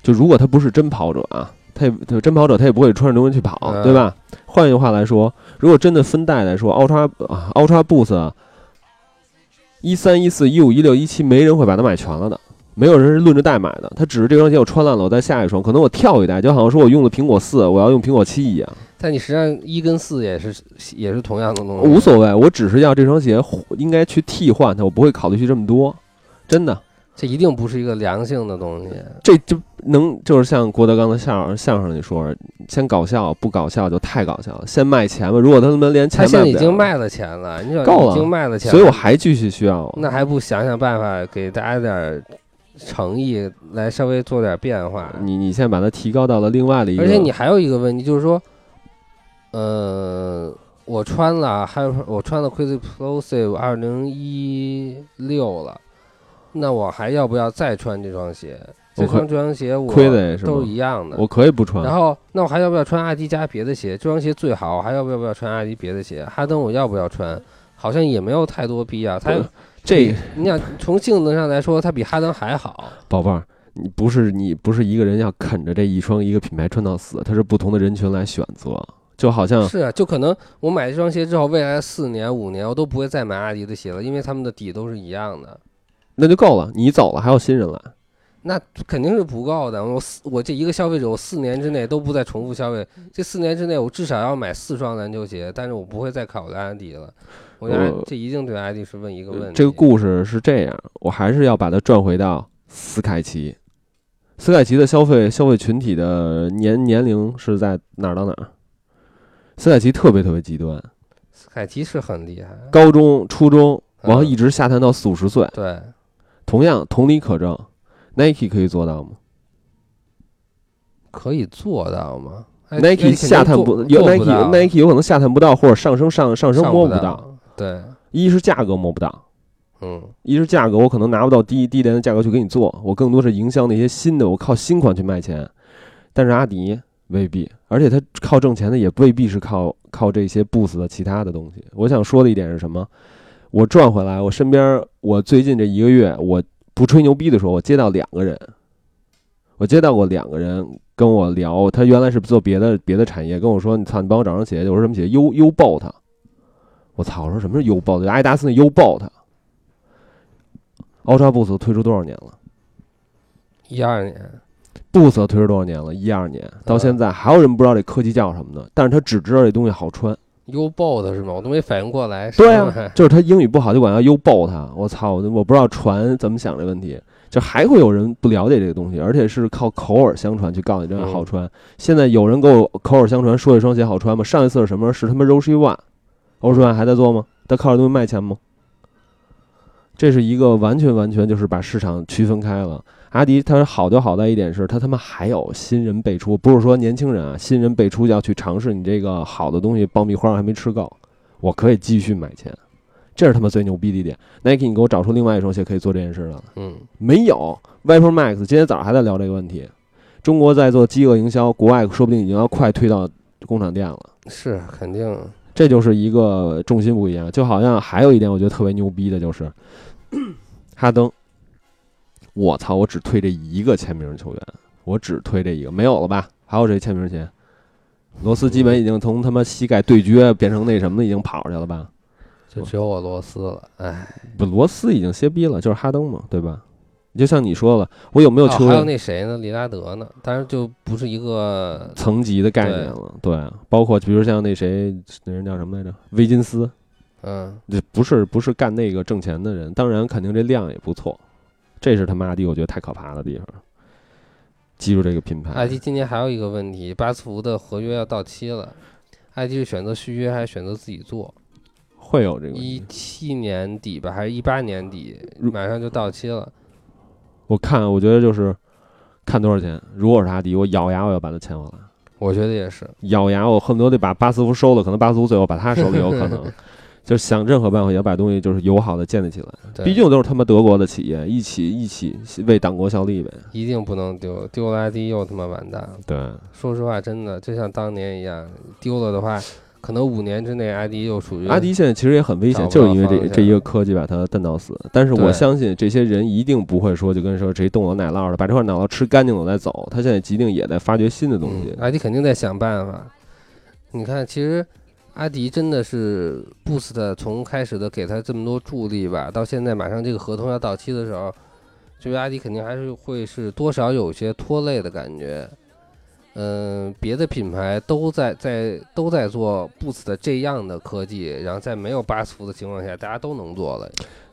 Speaker 3: 就如果他不是真跑者啊，他也就真跑者，他也不会穿着东西去跑，
Speaker 2: 嗯
Speaker 3: 对吧？换句话来说，如果真的分代来说，奥叉啊，奥叉 Boost，一三、一四、一五、一六、一七，没人会把它买全了的。没有人是论着代买的，他只是这双鞋我穿烂了，我再下一双，可能我跳一代，就好像说我用了苹果四，我要用苹果七一样，
Speaker 2: 但你实际上一跟四也是也是同样的东西，
Speaker 3: 无所谓，我只是要这双鞋应该去替换它，我不会考虑去这么多，真的。
Speaker 2: 这一定不是一个良性的东西。
Speaker 3: 这就能就是像郭德纲的相相声里说，先搞笑不搞笑就太搞笑了，先卖钱吧。如果他们连钱
Speaker 2: 他现
Speaker 3: 卖
Speaker 2: 在
Speaker 3: 不
Speaker 2: 已经
Speaker 3: 了，
Speaker 2: 卖了钱了，你想
Speaker 3: 够
Speaker 2: 已
Speaker 3: 了
Speaker 2: 经卖了钱了，
Speaker 3: 所以我还继续需要啊。
Speaker 2: 那还不想想办法给大家点儿诚意，来稍微做点变化。
Speaker 3: 你你现在把它提高到了另外的一个，
Speaker 2: 而且你还有一个问题就是说，呃，我穿了，啊还有我穿了 Crazy Explosive 二零一六了，那我还要不要再穿这双鞋？
Speaker 3: 我
Speaker 2: 这
Speaker 3: 可
Speaker 2: 双这双鞋我
Speaker 3: 亏的也是吗
Speaker 2: 都是一样的。
Speaker 3: 我可以不穿
Speaker 2: 然，后，那我还要不要穿阿迪加别的鞋？这双鞋最好，我还要不要不要穿阿迪别的鞋？哈登我要不要穿？好像也没有太多必要。它
Speaker 3: 不嗯这
Speaker 2: 你想从性能上来说，它比哈登还好。
Speaker 3: 宝贝儿。你不是你不是一个人要啃着这一双一个品牌穿到死，它是不同的人群来选择，就好像
Speaker 2: 是啊，就可能我买这双鞋之后，未来四年五年我都不会再买阿迪的鞋了，因为他们的底都是一样的，
Speaker 3: 那就够了，你走了还有新人来，
Speaker 2: 那肯定是不够的。我四我这一个消费者，我四年之内都不再重复消费，这四年之内我至少要买四双篮球鞋，但是我不会再考虑阿迪了。我觉得
Speaker 3: 呃
Speaker 2: 这一定对阿迪是问一个问题。
Speaker 3: 这个故事是这样，我还是要把它转回到斯凯奇。斯凯奇的消费消费群体的年年龄是在哪儿到哪儿？斯凯奇特别特别极端，
Speaker 2: 斯凯奇是很厉害，
Speaker 3: 高中、初中，
Speaker 2: 嗯
Speaker 3: 然后一直下探到四五十岁。
Speaker 2: 对，
Speaker 3: 同样，同理可证，Nike 可以做到吗
Speaker 2: 可以做到吗哎哎
Speaker 3: ？Nike
Speaker 2: 肯定
Speaker 3: 下探
Speaker 2: 做
Speaker 3: 不，有
Speaker 2: 做
Speaker 3: Nike
Speaker 2: 不到
Speaker 3: Nike 有可能下探不到，或者上升上上升
Speaker 2: 上
Speaker 3: 摸
Speaker 2: 不
Speaker 3: 不到。
Speaker 2: 到，对，
Speaker 3: 一是价格摸不到，
Speaker 2: 嗯，
Speaker 3: 一是价格我可能拿不到低低廉的价格去给你做，我更多是营销那些新的，我靠新款去卖钱。但是阿迪未必，而且他靠挣钱的也未必是靠靠这些 Boost 的其他的东西。我想说的一点是什么？我转回来，我身边我最近这一个月，我不吹牛逼的说，我接到两个人，我接到过两个人跟我聊，他原来是做别的别的产业，跟我说你操，你帮我找双鞋去，我说什么鞋？U U Boat，我操，我说什么是 U Boat？就爱达斯那 U Boat。Ultra Boost 推出多少年了
Speaker 2: 一二年，
Speaker 3: ？Boost 推出多少年了？一二年到现在，还有人不知道这科技叫什么呢？但是他只知道这东西好穿。
Speaker 2: U Boat 是吗？我都没反应过来。
Speaker 3: 对
Speaker 2: 是吗
Speaker 3: 啊，就是他英语不好就管要 U 爆他。我操，我我不知道船怎么想这问题。就还会有人不了解这个东西，而且是靠口耳相传去告诉你这样好穿。现在有人给我口耳相传说这双鞋好穿吗？上一次是什么？是他妈 Roshi One。欧舒万还在做吗？他靠这东西卖钱吗？这是一个完全完全就是把市场区分开了。阿迪它好就好在一点是，它他妈还有新人辈出，不是说年轻人啊，新人辈出要去尝试你这个好的东西，爆米花还没吃够，我可以继续买钱，这是他妈最牛逼的一点。Nike，你给我找出另外一双鞋可以做这件事了。
Speaker 2: 嗯。
Speaker 3: 没有 Viper Max 今天早上还在聊这个问题，中国在做饥饿营销，国外说不定已经要快推到工厂店了。
Speaker 2: 是肯定，
Speaker 3: 这就是一个重心不一样。就好像还有一点，我觉得特别牛逼的就是 哈登，我操，我只推这一个签名球员，我只推这一个，没有了吧？还有谁签名鞋？罗斯基本已经从他妈膝盖对决变成那什么的，已经跑出去了吧？
Speaker 2: 就只有我罗斯了，哎，
Speaker 3: 不，罗斯已经歇逼了，就是哈登嘛，对吧？就像你说了，我有没有
Speaker 2: 哦
Speaker 3: 球
Speaker 2: 还有
Speaker 3: 员
Speaker 2: 那谁呢，利拉德呢，当然就不是一个
Speaker 3: 层级的概念了？对啊，包括比如像那谁，那人叫什么来着？威金斯，
Speaker 2: 嗯，
Speaker 3: 这不是不是干那个挣钱的人，当然肯定这量也不错，这是他妈的我觉得太可怕的地方。记住这个品牌，
Speaker 2: 艾迪今年还有一个问题，巴斯福的合约要到期了，艾迪是选择续约还是选择自己做？
Speaker 3: 会有这个问题。
Speaker 2: 一七年底吧，还是一八年底，
Speaker 3: 如
Speaker 2: 马上就到期了。
Speaker 3: 我看我觉得就是看多少钱，如果是阿迪，我咬牙我要把他签回来，
Speaker 2: 我觉得也是，
Speaker 3: 咬牙我恨不得得把巴斯夫收了，可能巴斯夫最后把他手里有可能，就是想任何办法也要把东西就是友好的建立起来，
Speaker 2: 对
Speaker 3: 毕竟都是他妈德国的企业，一起一起为党国效力呗。
Speaker 2: 一定不能丢，丢了 ID 又他妈完蛋了。
Speaker 3: 对，
Speaker 2: 说实话，真的就像当年一样，丢了的话，可能五年之内 ID 又属于
Speaker 3: 阿迪现在其实也很危险，
Speaker 2: 嗯找不
Speaker 3: 就
Speaker 2: 到
Speaker 3: 是因为
Speaker 2: 方
Speaker 3: 这
Speaker 2: 向
Speaker 3: 这一个科技把他蹬到死。但是我
Speaker 2: 对
Speaker 3: 相信这些人一定不会说就跟说谁动了奶酪了，把这块奶酪吃干净了再走。他现在一定也在发掘新的东西。
Speaker 2: 嗯，阿迪肯定在想办法。你看，其实阿迪真的是 Boost 从开始的给他这么多助力吧，到现在马上这个合同要到期的时候，这位阿迪肯定还是会是多少有些拖累的感觉。嗯，别的品牌都在在都在做 Boost 的这样的科技，然后在没有巴斯夫的情况下，大家都能做了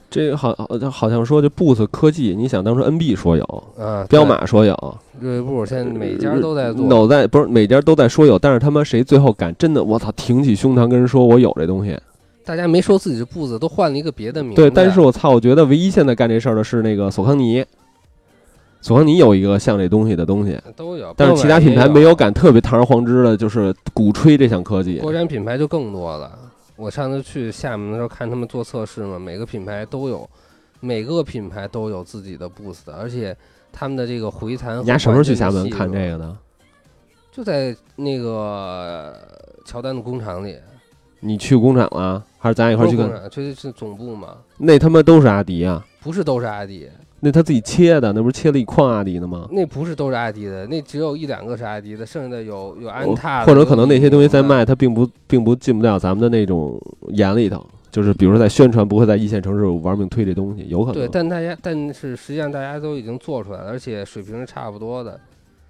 Speaker 3: 这个好好好像说这 Boost 科技，你想当时 NB 说有，
Speaker 2: 啊。
Speaker 3: 彪马说有，
Speaker 2: 对、锐步现在每家都在做，
Speaker 3: 脑袋不是每家都在说有，但是他妈谁最后敢真的我操挺起胸膛跟人说我有这东西？
Speaker 2: 大家没说自己是 Boost，都换了一个别的名字。
Speaker 3: 对，但是我操，我觉得唯一现在干这事儿的是那个索康尼，索康尼有一个像这东西的东西。
Speaker 2: 都有，
Speaker 3: 但是其他品牌
Speaker 2: 没
Speaker 3: 没有敢特别堂而皇之的，就是鼓吹这项科技。
Speaker 2: 国产品牌就更多了。我上次去厦门的时候看他们做测试嘛，每个品牌都有，每个品牌都有自己的 boost，而且他们的这个回弹。
Speaker 3: 你丫什么时候去厦门看这
Speaker 2: 个？
Speaker 3: 个的？
Speaker 2: 就在那个呃乔丹的工厂里，
Speaker 3: 你去工厂了，还是咱俩一块儿去
Speaker 2: 不是工
Speaker 3: 看？
Speaker 2: 厂，就是是总部嘛，
Speaker 3: 那他妈都是阿迪啊！
Speaker 2: 不是都是阿迪，
Speaker 3: 那他自己切的，那不是切了一筐阿迪的吗？
Speaker 2: 那不是都是阿迪的，那只有一两个是阿迪的，剩下的有有安踏的，
Speaker 3: 哦
Speaker 2: 啊
Speaker 3: 或者可能那些东西在
Speaker 2: 有李宁的，
Speaker 3: 卖，它并不并不进不了咱们的那种眼里头。就是比如说在宣传，不会在一线城市玩命推这东西，有可
Speaker 2: 对，
Speaker 3: 能
Speaker 2: 但大家但是实际上大家都已经做出来了，而且水平是差不多的。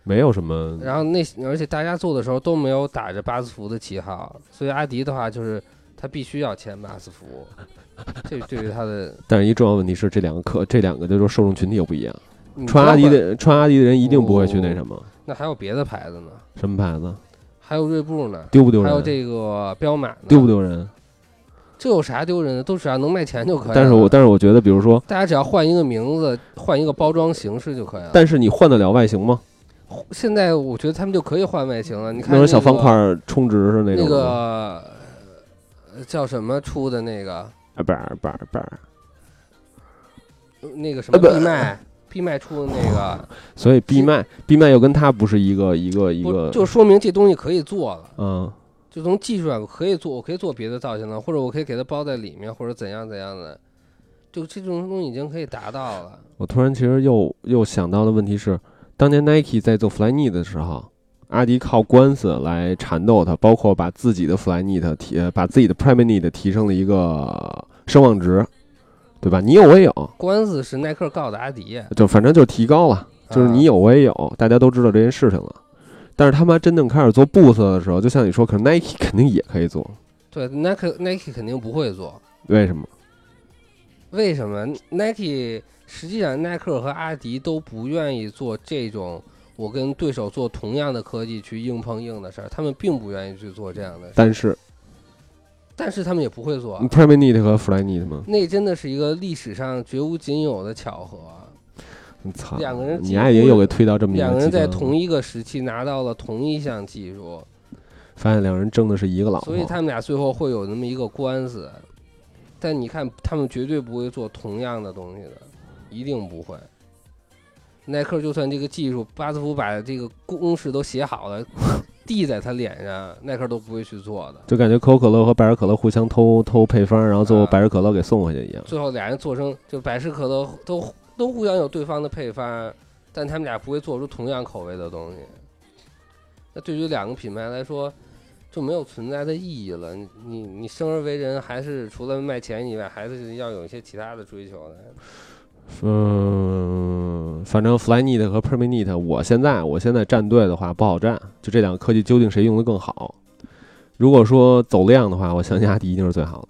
Speaker 3: 没有什么。
Speaker 2: 然后那而且大家做的时候都没有打着巴斯福的旗号，所以阿迪的话就是他必须要签巴斯福，这对于他的
Speaker 3: 但是一重要问题是，这两个客这两个就是说受众群体又不一样。
Speaker 2: 你
Speaker 3: 穿阿
Speaker 2: 嗯包括
Speaker 3: 迪的穿阿迪的人一定不会去
Speaker 2: 哦
Speaker 3: 那什么，
Speaker 2: 那还有别的牌子呢，
Speaker 3: 什么牌子
Speaker 2: 还有锐步呢，
Speaker 3: 丢不丢
Speaker 2: 还有
Speaker 3: 人？
Speaker 2: 这个彪马呢，
Speaker 3: 丢不？丢人？
Speaker 2: 这有啥丢人的？都只要能卖钱就可以了。
Speaker 3: 但是我但是我觉得，比如说，
Speaker 2: 大家只要换一个名字，换一个包装形式就可以了。
Speaker 3: 但是你换得了外形吗？
Speaker 2: 现在我觉得他们就可以换外形了。你看
Speaker 3: 那种
Speaker 2: 个
Speaker 3: 小方块儿充值是那
Speaker 2: 那
Speaker 3: 种的，
Speaker 2: 个呃叫什么出的那个
Speaker 3: 啊不是不是不是。
Speaker 2: 那个什么
Speaker 3: 呃不
Speaker 2: 闭麦闭麦出的那个。
Speaker 3: 所以闭麦闭麦又跟它不是一个一个一
Speaker 2: 不
Speaker 3: 个，
Speaker 2: 就说明这东西可以做了，
Speaker 3: 嗯，
Speaker 2: 就从技术上我可以做，我可以做别的造型了，或者我可以给它包在里面，或者怎样怎样的，就这种东西已经可以达到了。
Speaker 3: 我突然其实又又想到的问题是，当年 Nike 在做 Flyknit 的时候，阿迪靠官司来缠斗它，包括把自己的 Flyknit 提，呃把自己的 Primeknit 提升了一个声望值，对吧？你有我也有，
Speaker 2: 官司是耐克告的阿迪，
Speaker 3: 就反正就是提高了。就是你
Speaker 2: 有
Speaker 3: 有我也有，大家都知道这件事情了。但是他妈真正开始做 Boost 的时候，就像你说，可能 Nike 肯定也可以做，
Speaker 2: 对 Nike Nike 肯定不会做，
Speaker 3: 为什么？
Speaker 2: 为什么？Nike 实际上耐克和阿迪都不愿意做这种我跟对手做同样的科技去硬碰硬的事儿，他们并不愿意去做这样的事，
Speaker 3: 但是
Speaker 2: 但是他们也不会做。
Speaker 3: p r i m e n e t 和 Flyknit 吗？
Speaker 2: 那真的是一个历史上绝无仅有的巧合。啊
Speaker 3: 你操，
Speaker 2: 两个人
Speaker 3: 你
Speaker 2: 几
Speaker 3: 爱
Speaker 2: 乎
Speaker 3: 也
Speaker 2: 是
Speaker 3: 又给推到这么一
Speaker 2: 两个人在
Speaker 3: 极端了
Speaker 2: 同一个时期拿到了同一项技术，
Speaker 3: 发现两人争的是一个老婆，
Speaker 2: 所以他们俩最后会有那么一个官司。但你看，他们绝对不会做同样的东西的，一定不会。耐克就算这个技术，巴斯夫把这个公式都写好了， 递在他脸上，耐克都不会去做的。
Speaker 3: 就感觉可口可乐和百事可乐互相偷偷配方，然后最后
Speaker 2: 啊
Speaker 3: 百事可乐给送回去一样。
Speaker 2: 最后俩人做成就百事可乐都都互相有对方的配方，但他们俩不会做出同样口味的东西。那对于两个品牌来说，就没有存在的意义了。你你你生而为人，还是除了卖钱以外，还是要有一些其他的追求的。
Speaker 3: 嗯，反正 Flyknit 和 Permanent，我现在我现在站队的话不好站，就这两个科技究竟谁用的更好？如果说走量的话，我相信阿迪一定是最好的。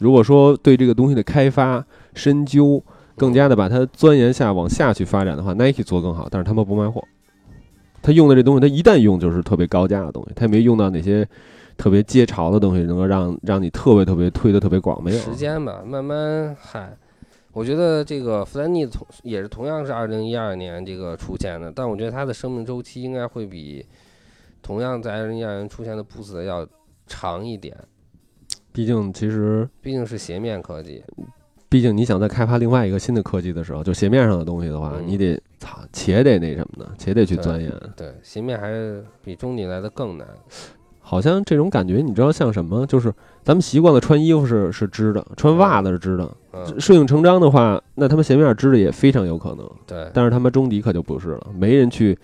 Speaker 3: 如果说对这个东西的开发、深究，更加的把它钻研下往下去发展的话，Nike 做得更好，但是他们不卖货。他用的这东西，他一旦用就是特别高价的东西，他也没用到哪些特别接潮的东西，能够让让你特别特别推的特别广，没有
Speaker 2: 时间吧，慢慢嗨。我觉得这个弗兰尼同也是同样是二零一二年这个出现的，但我觉得它的生命周期应该会比同样在二零一二年出现的 Boost 要长一点，
Speaker 3: 毕竟其实。
Speaker 2: 毕竟是鞋面科技。
Speaker 3: 毕竟你想再开发另外一个新的科技的时候，就鞋面上的东西的话，
Speaker 2: 嗯
Speaker 3: 你得操，且得那什么呢？且得去钻研。
Speaker 2: 对，鞋面还是比中底来的更难。
Speaker 3: 好像这种感觉，你知道像什么？就是咱们习惯了穿衣服是是织的，穿袜子是织的，
Speaker 2: 嗯，
Speaker 3: 顺应成章的话，那他们鞋面织的也非常有可能。
Speaker 2: 对，
Speaker 3: 但是他们中底可就不是了，没人去，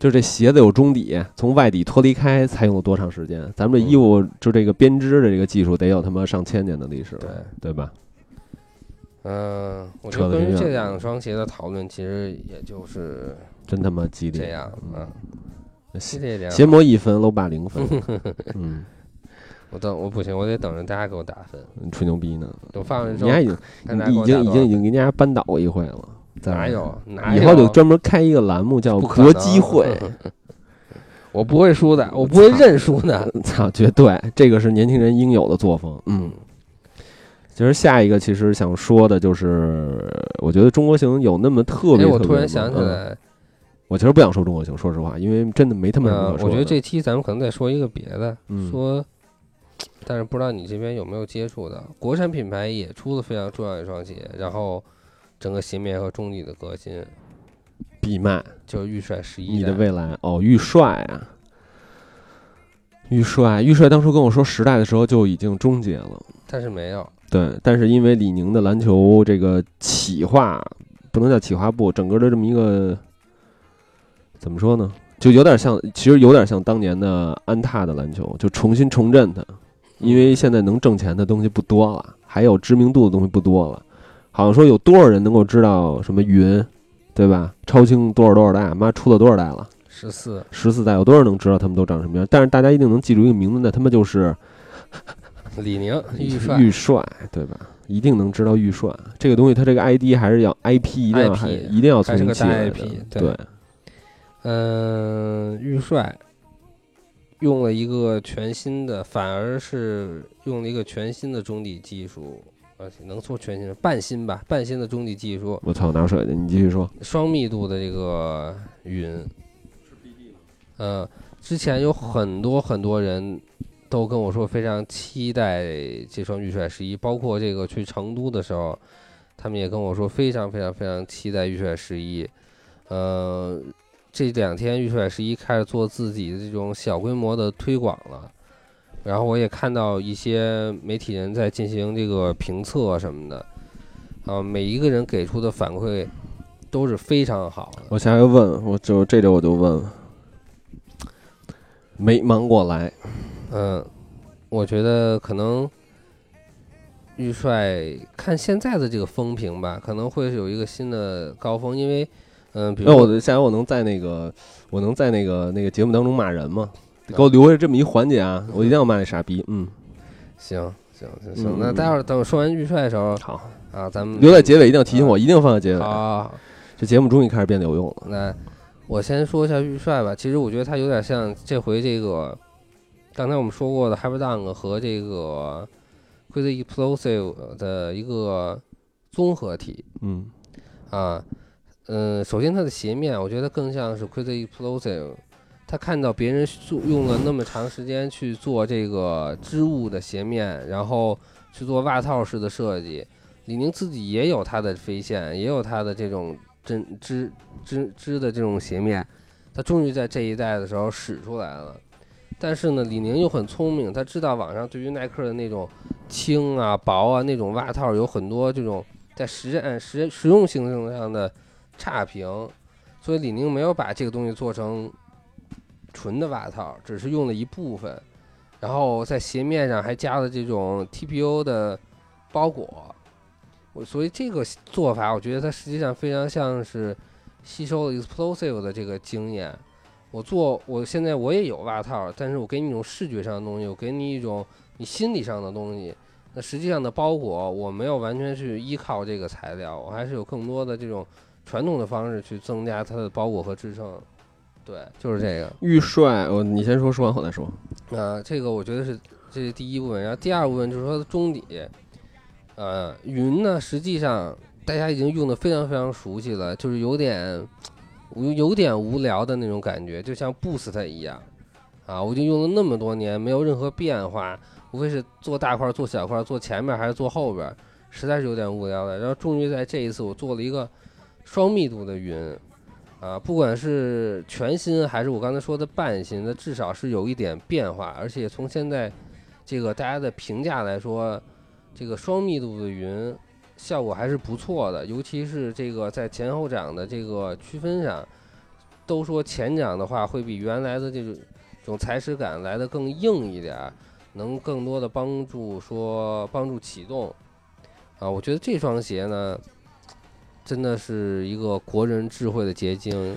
Speaker 3: 就这鞋子有中底，从外底脱离开才用了多长时间？咱们这衣服就这个编织的这个技术得有他妈上千年的历史了，对吧？
Speaker 2: 嗯、我觉
Speaker 3: 扯
Speaker 2: 得
Speaker 3: 得
Speaker 2: 关于
Speaker 3: 挺
Speaker 2: 这
Speaker 3: 远
Speaker 2: 两双鞋的讨论，其实也就是
Speaker 3: 真他妈激
Speaker 2: 这
Speaker 3: 烈！
Speaker 2: 样啊，
Speaker 3: 鞋
Speaker 2: 激烈一点。
Speaker 3: 鞋模一分，楼霸零 分。嗯，
Speaker 2: 我等我不行，我得等着大家给我打分。
Speaker 3: 你吹牛逼呢？
Speaker 2: 等放上之
Speaker 3: 你
Speaker 2: 后
Speaker 3: 还已经
Speaker 2: 看大家
Speaker 3: 你
Speaker 2: 给
Speaker 3: 已经已
Speaker 2: 我打多
Speaker 3: 经
Speaker 2: 少
Speaker 3: 已经给人家扳倒过一回了，在
Speaker 2: 哪？有哪有？
Speaker 3: 以后就专门开一个栏目叫“
Speaker 2: 不可能
Speaker 3: 搏机 会
Speaker 2: 我不会输的，我不会认输的。”，
Speaker 3: 操，绝对，这个是年轻人应有的作风。嗯，其实下一个其实想说的就是，我觉得中国行有那么 特
Speaker 2: 哎，
Speaker 3: 别，
Speaker 2: 我
Speaker 3: 特
Speaker 2: 突然
Speaker 3: 别
Speaker 2: 想
Speaker 3: 吗
Speaker 2: 起
Speaker 3: 嗯
Speaker 2: 来，
Speaker 3: 我其实不想说中国行，说实话，因为真的没他妈什么
Speaker 2: 呃
Speaker 3: 可，说的。
Speaker 2: 我觉得这期咱们可能再说一个别的，
Speaker 3: 嗯
Speaker 2: 说，但是不知道你这边有没有接触到，国产品牌也出了非常重要一双鞋，然后整个鞋面和中底的革新，
Speaker 3: 必卖，
Speaker 2: 就是预帅十一
Speaker 3: 你的
Speaker 2: 代。
Speaker 3: 未来哦，预帅啊，预帅，预帅当初跟我说时代的时候就已经终结了。
Speaker 2: 但是没有，
Speaker 3: 对，但是因为李宁的篮球这个企划，不能叫企划部，整个的这么一个怎么说呢，就有点像，其实有点像当年的安踏的篮球，就重新重振它，因为现在能挣钱的东西不多了，还有知名度的东西不多了，好像说有多少人能够知道什么云，对吧？超轻多少多少代，妈出了多少代了？
Speaker 2: 十四，
Speaker 3: 十四代，有多少人能知道他们都长什么样？但是大家一定能记住一个名字，那他妈就是
Speaker 2: 李宁预帅
Speaker 3: 预帅，对吧？一定能知道预帅这个东西，它这个 ID 还是要 IP，一定要
Speaker 2: IP
Speaker 3: 还一定要
Speaker 2: 还是
Speaker 3: 重
Speaker 2: 个
Speaker 3: 启
Speaker 2: 大
Speaker 3: 来的
Speaker 2: IP 对
Speaker 3: 对，
Speaker 2: 嗯，预帅用了一个全新的，反而是用了一个全新的中底技术，而且能说全新吗半新吧，半新的中底技术，
Speaker 3: 我操，拿水去，你继续说。
Speaker 2: 双密度的这个云。呃，之前有很多很多人都跟我说非常期待这双预帅十一，包括这个去成都的时候，他们也跟我说非常非常非常期待预帅十一。呃，这两天预帅十一开始做自己的这种小规模的推广了，然后我也看到一些媒体人在进行这个评测什么的，啊，每一个人给出的反馈都是非常好的。
Speaker 3: 我下回问，我就这周我就问了，没忙过来，
Speaker 2: 嗯，我觉得可能预帅看现在的这个风评吧，可能会有一个新的高峰，因为嗯、比如
Speaker 3: 那
Speaker 2: 说
Speaker 3: 哎我的下回我能在那个我能在那个那个节目当中骂人吗？给我留下这么一环节啊，我一定要骂那傻逼。嗯，
Speaker 2: 行行行
Speaker 3: 嗯
Speaker 2: 行，那待会儿等我说完预帅的时候
Speaker 3: 好，
Speaker 2: 啊，咱们
Speaker 3: 留在结尾一定要提醒我，一定放在结尾。
Speaker 2: 好，
Speaker 3: 这节目终于开始变得有用了。
Speaker 2: 那我先说一下预帅吧。其实我觉得它有点像这回这个刚才我们说过的 Hyperdunk 和这个 Crazy Explosive 的一个综合体。
Speaker 3: 嗯，
Speaker 2: 啊，嗯，首先它的鞋面，我觉得更像是 Crazy Explosive。他看到别人做用了那么长时间去做这个织物的鞋面，然后去做袜套式的设计，李宁自己也有它的飞线，也有它的这种针织织织的这种鞋面，他终于在这一代的时候使出来了。但是呢，李宁又很聪明，他知道网上对于耐克的那种轻啊、薄啊那种袜呃套有很多这种在实战实实用性上的差评，所以李宁没有把这个东西做成纯的瓦套，只是用了一部分，然后在鞋面上还加了这种 TPU 的包裹。我所以这个做法，我觉得它实际上非常像是吸收了 explosive 的这个经验。我做，我现在我也有袜套，但是我给你一种视觉上的东西，我给你一种你心理上的东西。那实际上的包裹，我没有完全去依靠这个材料，我还是有更多的这种传统的方式去增加它的包裹和支撑。对，就是这个。
Speaker 1: 预帅，我你先说，说完我再说。
Speaker 2: 呃，这个我觉得是这是第一部分，然后第二部分就是说中底，呃，云呢，实际上大家已经用的非常非常熟悉了，就是有点有有点无聊的那种感觉，就像 Boost 它一样啊，我已经用了那么多年，没有任何变化，无非是做大块儿、做小块儿、做前面还是做后边儿，实在是有点无聊了。然后终于在这一次，我做了一个双密度的云。啊，不管是全新还是我刚才说的半新，它至少是有一点变化，而且从现在这个大家的评价来说，这个双密度的云效果还是不错的，尤其是这个在前后掌的这个区分上，都说前掌的话会比原来的这种种踩屎感来的更硬一点儿，能更多的帮助说帮助启动。啊，我觉得这双鞋呢，真的是一个国人智慧的结晶，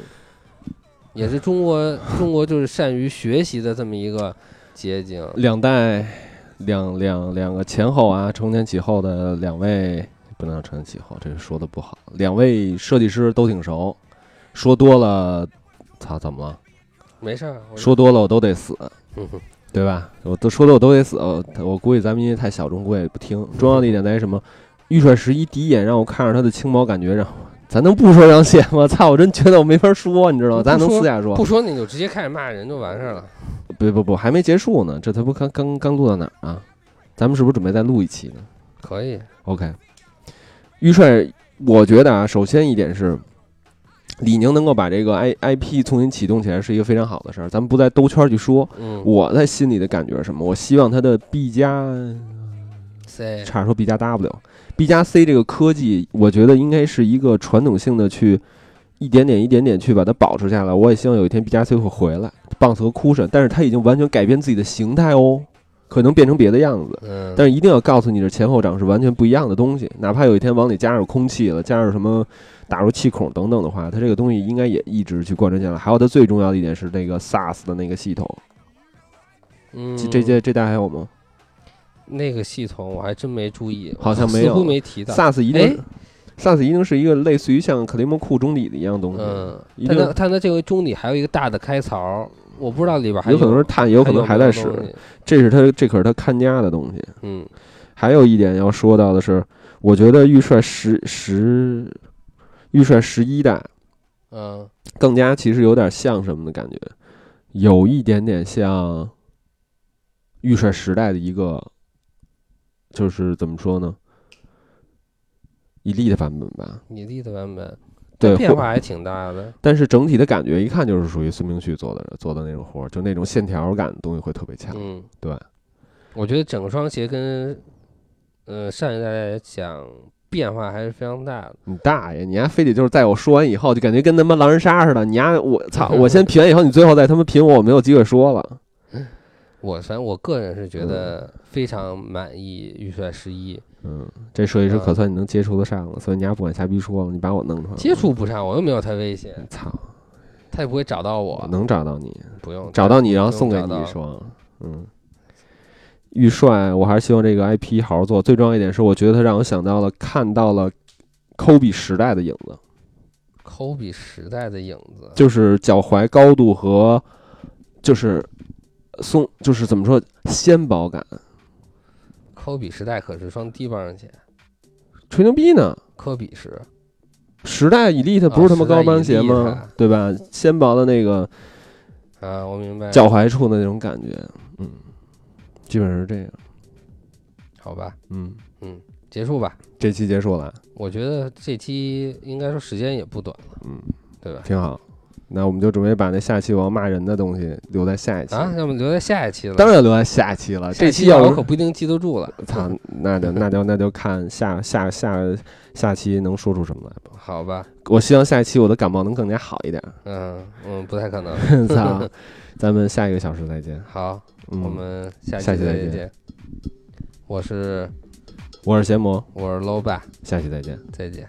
Speaker 2: 也是中国中国就是善于学习的这么一个结晶。
Speaker 3: 两代两两两个前后啊，承前启后的两位，不能叫承前启后，这个说的不好。两位设计师都挺熟，说多了，操，怎么了？
Speaker 2: 没事儿，我
Speaker 3: 说多了我都得 死，
Speaker 2: 嗯哼
Speaker 3: 对吧？我都说的我都得死，我我估计咱们因为太小众，估计也不听。重要的一点在于什么？玉帅十一第一眼让我看着他的轻薄，感觉让我咱能不说这双鞋吗？操，我真觉得我没法说，你知道吗？
Speaker 2: 不
Speaker 3: 咱能
Speaker 2: 说
Speaker 3: 私下说
Speaker 2: 不，说你就直接开始骂人就完事儿了。
Speaker 3: 不不不，还没结束呢，这才不刚刚刚录到哪儿啊？咱们是不是准备再录一期呢？
Speaker 2: 可以，
Speaker 3: OK，玉帅，我觉得啊，首先一点是，李宁能够把这个 I I P 重新启动起来，是一个非常好的事儿。咱们不再兜圈儿去说，
Speaker 2: 嗯，
Speaker 3: 我在心里的感觉是什么？我希望它的 B 加，
Speaker 2: C
Speaker 3: 差点说 B 加 W，B 加 C 这个科技，我觉得应该是一个传统性的去。一点点、一点点去把它保持下来，我也希望有一天 B 加 C 会回来，bounce 和 cushion，但是它已经完全改变自己的形态哦，可能变成别的样子。
Speaker 2: 嗯，
Speaker 3: 但是一定要告诉你，这前后掌是完全不一样的东西。哪怕有一天往里加入空气了，加入什么打入气孔等等的话，它这个东西应该也一直去贯穿下来。还有它最重要的一点是那个 SAS 的那个系统，
Speaker 2: 嗯
Speaker 3: 这这届这代还有吗
Speaker 2: 那个系统我还真没注意，
Speaker 3: 好像没
Speaker 2: 似乎
Speaker 3: 有
Speaker 2: 没提到。
Speaker 3: ？SAS 一
Speaker 2: 哎
Speaker 3: 定，SAS 一定是一个类似于像克雷莫库中底的一样东西，
Speaker 2: 嗯，
Speaker 3: 一
Speaker 2: 但
Speaker 3: 定
Speaker 2: 它但它这回中底还有一个大的开槽，我不知道里边还
Speaker 3: 有可能是碳，也有可能还在
Speaker 2: 没有
Speaker 3: 使。
Speaker 2: 东西
Speaker 3: 这是它，这可是它看家的东西。
Speaker 2: 嗯，
Speaker 3: 还有一点要说到的是，我觉得预帅十十，预帅十一代。
Speaker 2: 嗯，
Speaker 3: 更加其实有点像什么的感觉，有一点点像玉帅时代的一个，就是怎么说呢，elite 版本吧。
Speaker 2: 你弟的版本
Speaker 3: 对，
Speaker 2: 变
Speaker 3: 或
Speaker 2: 化还挺大的。
Speaker 3: 但是整体的感觉一看就是属于孙明旭做的做的那种活儿，就那种线条感的东西会特别强。
Speaker 2: 嗯，
Speaker 3: 对，
Speaker 2: 我觉得整双鞋跟呃上一代来讲变化还是非常大的。
Speaker 3: 你大爷，你还非得就是在我说完以后，就感觉跟他妈狼人杀似的，你丫我 操，我先品完以后，你最后再他妈品我，我没有机会说了。
Speaker 2: 我反正我个人是觉得非常满意预帅十一，
Speaker 3: 嗯，这设计师可
Speaker 2: 嗯
Speaker 3: 算你能接触得上了，所以你丫不管瞎逼说了，你把我弄出来了。
Speaker 2: 接触不上，我又没有他危险，
Speaker 3: 操，
Speaker 2: 他也不会找到
Speaker 3: 我
Speaker 2: 我，
Speaker 3: 嗯能找到你，
Speaker 2: 不用
Speaker 3: 找到你，
Speaker 2: 不
Speaker 3: 然
Speaker 2: 用
Speaker 3: 后送给
Speaker 2: 找
Speaker 3: 你
Speaker 2: 到
Speaker 3: 一双。嗯，玉帅，我还是希望这个 IP 好好做。最重要一点是，我觉得它让我想到了看到了科比时代的影子，
Speaker 2: 科比时代的影子。
Speaker 3: 就是脚踝高度和就是松，就是怎么说纤薄感。
Speaker 2: 科比时代可是双低帮鞋，
Speaker 3: 吹牛逼呢？
Speaker 2: 科比时
Speaker 3: 时代 elite 不是他妈高帮鞋
Speaker 2: 啊时代
Speaker 3: 吗
Speaker 2: elite？
Speaker 3: 对吧？纤薄的那个
Speaker 2: 啊，我明白了。
Speaker 3: 脚踝处的那种感觉，嗯，基本上是这样。
Speaker 2: 好吧，
Speaker 3: 嗯，
Speaker 2: 嗯，结束吧。
Speaker 3: 这期结束了，
Speaker 2: 我觉得这期应该说时间也不短了，
Speaker 3: 嗯，
Speaker 2: 对吧？
Speaker 3: 挺好。那我们就准备把那下期我要骂人的东西留在下一期，
Speaker 2: 啊，要么留在下一期了。
Speaker 3: 当然留在下期了。
Speaker 2: 下
Speaker 3: 这
Speaker 2: 一
Speaker 3: 期
Speaker 2: 啊
Speaker 3: 要
Speaker 2: 我
Speaker 3: 是
Speaker 2: 可不一定记得住了。
Speaker 3: 操，那就那就那就看下下下下期能说出什么来吧。
Speaker 2: 好吧，
Speaker 3: 我希望下一期我的感冒能更加好 一点。
Speaker 2: 嗯嗯，不太可能。
Speaker 3: 操，咱们下一个小时再见。
Speaker 2: 好，
Speaker 3: 嗯，
Speaker 2: 我们下期
Speaker 3: 下
Speaker 2: 再
Speaker 3: 期再见
Speaker 2: 见。我是
Speaker 3: 我是邪魔，
Speaker 2: 我是 low 爸，
Speaker 3: 下期再见。
Speaker 2: 再见。